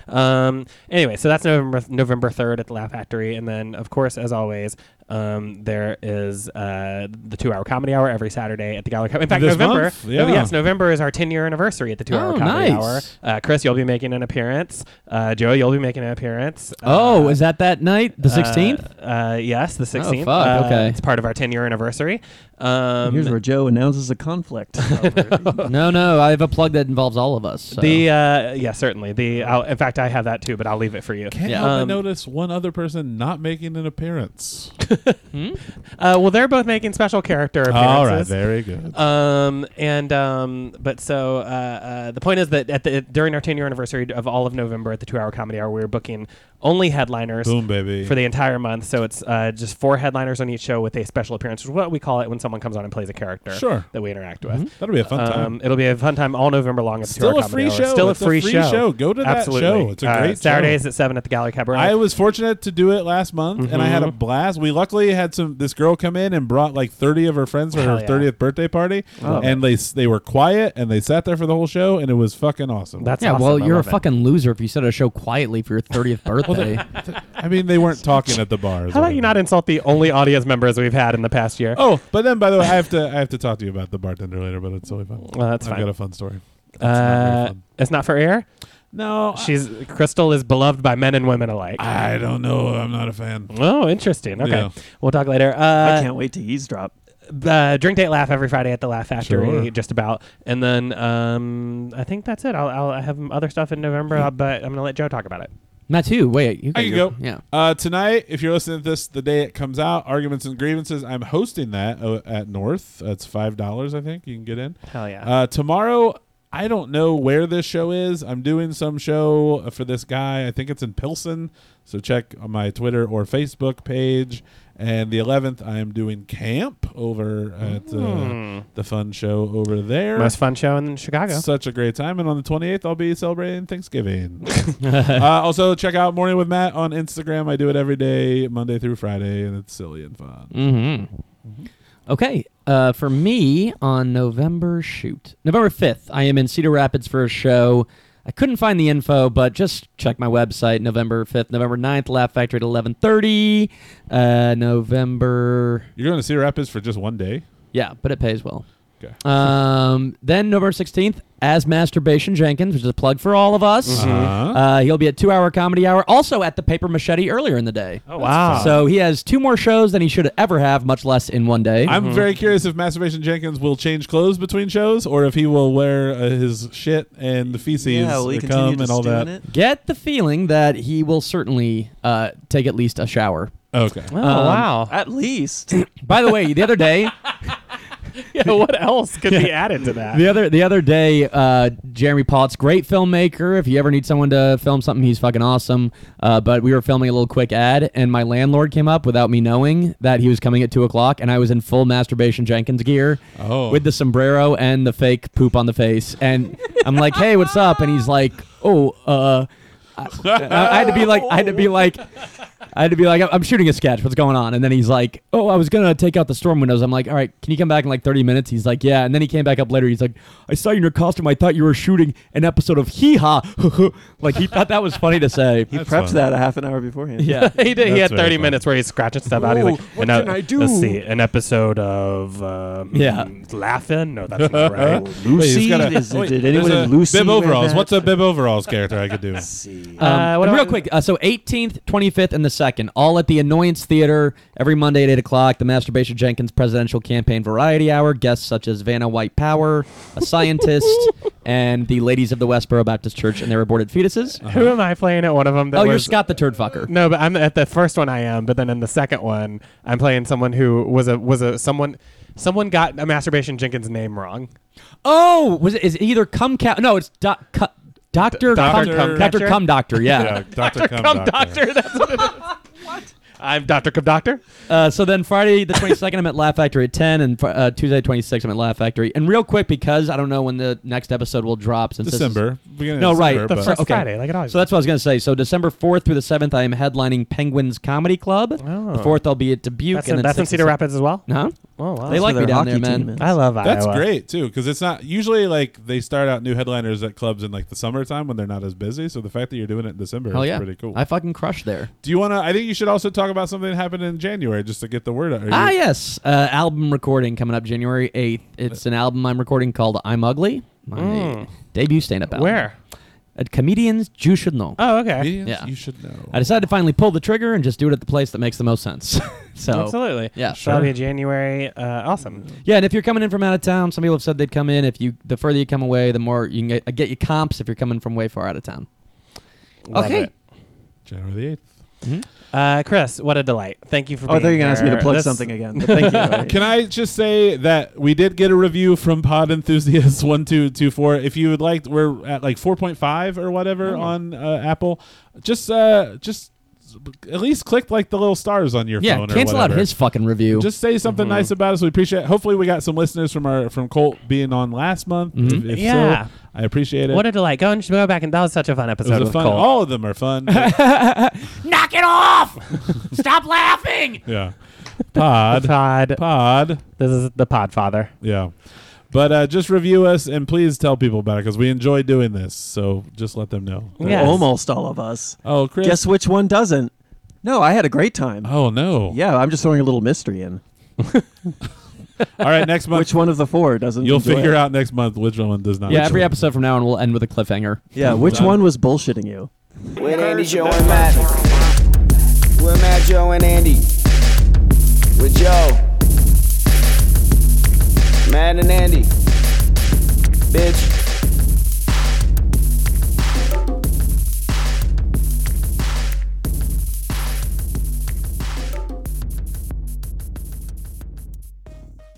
Um, anyway, so that's November November third at the Laugh Factory, and then of course, as always, um, there is uh, the two hour comedy hour every Saturday at the Gallery. Co- In fact, This November. month? no, Yeah. yes, November is our ten year anniversary at the two hour Oh, comedy nice. hour. Uh, Chris, you'll be making an appearance. Uh, Joe, you'll be making an appearance. oh, is that that night, the Uh, 16th? Uh, yes, the 16th. fuck, Uh, okay. It's part of our 10 year anniversary. Um, Here's where Joe announces a conflict. no, no, I have a plug that involves all of us. so. the uh, yeah, certainly the. I'll, in fact, I have that too, but I'll leave it for you. Um, Can't help but notice one other person not making an appearance. Uh, well, they're both making special character All right, appearances. very good. Um, and um, but so uh, uh, the point is that at the during our 10 year anniversary of all of November at the two hour comedy hour, we were booking only headliners. Boom, baby. For the entire month, so it's uh, just four headliners on each show with a special appearance, which is what we call it when someone comes on and plays a character Sure. that we interact Mm-hmm. with. Mhm. That'll be a fun time. Um, it'll be a fun time all November long. At the Still two-hour a comedy free hour. show. Still It's a a free, free show. Go to that Absolutely. show. It's a Uh, great show. Saturdays at seven at the Gallery Cabaret. I was fortunate to do it last month, and I had a Mhm. blast. We luckily had some. This girl come in and brought like thirty of her friends for Hell her yeah. Oh. thirtieth birthday party, Love and they s- they were quiet and they sat there for the whole show, and it was fucking awesome. yeah, well, you're a fucking loser if you set a show quietly for your 30th birthday. I mean, they weren't talking at the bars. How about you not insult the only audience members we've had in the past year? Oh, but then by the way, I have to I have to talk to you about the bartender later, but it's totally fun. Well, that's I've fine. got a fun story. It's not very uh, it's not for air. No, she's Crystal is beloved by men and women alike. I don't know. I'm not a fan. Oh, interesting. Okay, Yeah. we'll talk later. Uh, I can't wait to eavesdrop. uh, drink date laugh every Friday at the Laugh Factory, Sure. just about, and then um, I think that's it. I'll, I'll I have other stuff in November, uh, but I'm gonna let Joe talk about it. Matt, too. Wait, you I can your- go. Yeah. Uh, tonight, if you're listening to this the day it comes out, arguments and grievances. I'm hosting that uh, at North. That's five dollars, I think. You can get in. Hell yeah. Uh, tomorrow, I don't know where this show is. I'm doing some show uh, for this guy. I think it's in Pilsen. So check on my Twitter or Facebook page. And the 11th, I am doing camp over at uh, Mm. the fun show over there. Most fun show in Chicago. Such a great time. And on the 28th, I'll be celebrating Thanksgiving. uh, also, check out Morning with Matt on Instagram. I do it every day, Monday through Friday, and it's silly and fun. Mm-hmm. Okay. Uh, for me, on November shoot, November fifth, I am in Cedar Rapids for a show. I couldn't find the info, but just check my website. November fifth, November 9th, Laugh Factory at eleven thirty. Uh, November. You're going to Cedar Rapids for just one day. Yeah, but it pays well. Okay. Um, then November 16th, as Masturbation Jenkins, which is a plug for all of us. Mm-hmm. Mhm. Uh-huh. Uh, he'll be at two hour comedy hour, also at the Paper Machete earlier in the day. Oh, wow. Ah. fun. So he has two more shows than he should ever have, much less in one Mm-hmm. day. I'm very curious if Masturbation Jenkins will change clothes between shows or if he will wear uh, his shit and the feces Yeah, will he that continue come and just all doing that. it? Get the feeling that he will certainly uh, take at least a shower. Okay. Um, At least. By the way, the other day. yeah, what else could be Yeah. added to that? The other the other day, uh, Jeremy Potts, great filmmaker. If you ever need someone to film something, he's fucking awesome. Uh, but we were filming a little quick ad, and my landlord came up without me knowing that he was coming at two o'clock, and I was in full masturbation Jenkins gear, oh. with the sombrero and the fake poop on the face, and I'm like, "Hey, what's up?" And he's like, "Oh, uh." I, I had to be like, I had to be like, I had to be like, I'm shooting a sketch. What's going on? And then he's like, Oh, I was gonna take out the storm windows. I'm like, All right, can you come back in like 30 minutes? He's like, Yeah. And then he came back up later. He's like, I saw you in your costume. I thought you were shooting an episode of Hee Ha. like he thought that was funny to say. He prepped funny. that a half an hour beforehand. Yeah, he did. He had 30 minutes where he's scratching stuff out. He's like, Ooh, what ano- can I do? Let's see, an episode of um, Yeah. laughing. No, that's not right. Lucy. Is- did there's anyone a Lucy Bib wear overalls. that? What's a bib overalls character I could do? Um, and real quick, uh, so 18th, 25th, and the 2nd, all at the Annoyance Theater every Monday at 8 o'clock. The Masturbation Jenkins Presidential Campaign Variety Hour. Guests such as Vanna White Power, a scientist, and the Ladies of the Westboro Baptist Church and their aborted fetuses. Who am I playing at one of them? Uh, That Oh, you're was- uh, Scott the Turd Fucker. No, but I'm at the first one I am, but then in the second one I'm playing someone who was a was a someone someone got a masturbation Jenkins name wrong. Oh, was it, is it either Cum Cow? No, it's doc, cu- Dr. Cum Dr. Cum Dr. Cum Doctor, yeah. Dr. Cum Doctor. That's what it is. I'm Dr. Cum Doctor. Uh, so then Friday the 22nd, I'm at Laugh Factory at 10, and fr- uh, Tuesday 26th, I'm at Laugh Factory. And real quick, because I don't know when the next episode will drop. Since this is- December. Beginning no, of right. December, The but- fir- First okay. Friday, like it always So that's what I was going to say. So December 4th through the 7th, I am headlining Penguins Comedy Club. Oh. The 4th, I'll be at Dubuque. Oh. That's and in- then that's in 6th Cedar Rapids as well? No. Oh, wow. They That's like where me their down there, hockey man. team is. I love That's Iowa. great too, because it's not usually like they start out new headliners at clubs in like the summertime when they're not as busy. So the fact that you're doing it in December Hell is yeah. pretty cool. I fucking crushed there. Do you want to? I think you should also talk about something that happened in January just to get the word out. Are you- Ah, yes. Uh, album recording coming up January 8th. It's an album I'm recording called I'm Ugly, my Mm. debut stand up album. Where? At Comedians You Should Know. Oh, okay. Comedians Yeah. You Should Know. I decided to finally pull the trigger and just do it at the place that makes the most sense. so Absolutely. Yeah. So that'll be a January. Uh, awesome. Mm. Yeah, and if you're coming in from out of town, some people have said they'd come in. If you, the further you come away, the more you can get, get your comps. If you're coming from way far out of town. Love okay. it. January the eighth. Uh, Chris, what a delight. Thank you for Oh, I being thought you were going to ask me to here. plug This- something again. But thank you. Alright. Can I just say that we did get a review from Pod Enthusiasts one two two four. If you would like, we're at like four point five or whatever Oh. on uh, Apple. Just uh, just at least click like the little stars on your Yeah, phone. or cancel out whatever. his fucking review. Just say something Mm-hmm. Mhm. nice about us. We appreciate. it. Hopefully, we got some listeners from our from Colt being on last month. Mhm. Mm-hmm. If, if Yeah. so, I appreciate it. What a delight. Go and go back, and that was such a fun It was episode a with fun- Cole. All of them are fun. but- Knock it off! Stop laughing! yeah. Pod. Pod. Pod. This is the Pod Father. Yeah. But uh, just review us and please tell people about it because we enjoy doing this. So just let them know. Well, Almost all of us. Oh, Chris. Guess which one doesn't? No, I had a great time. Oh, no. Yeah, I'm just throwing a little mystery in. All right, next month. Which one of the four doesn't? You'll enjoy figure it? out next month which one does not. yeah, Which every one. episode from now on will end with a cliffhanger. Yeah, which one was bullshitting you? With Andy, Joe, and Matt. With Matt, Joe, and Andy. With Joe. Matt and Andy. Bitch.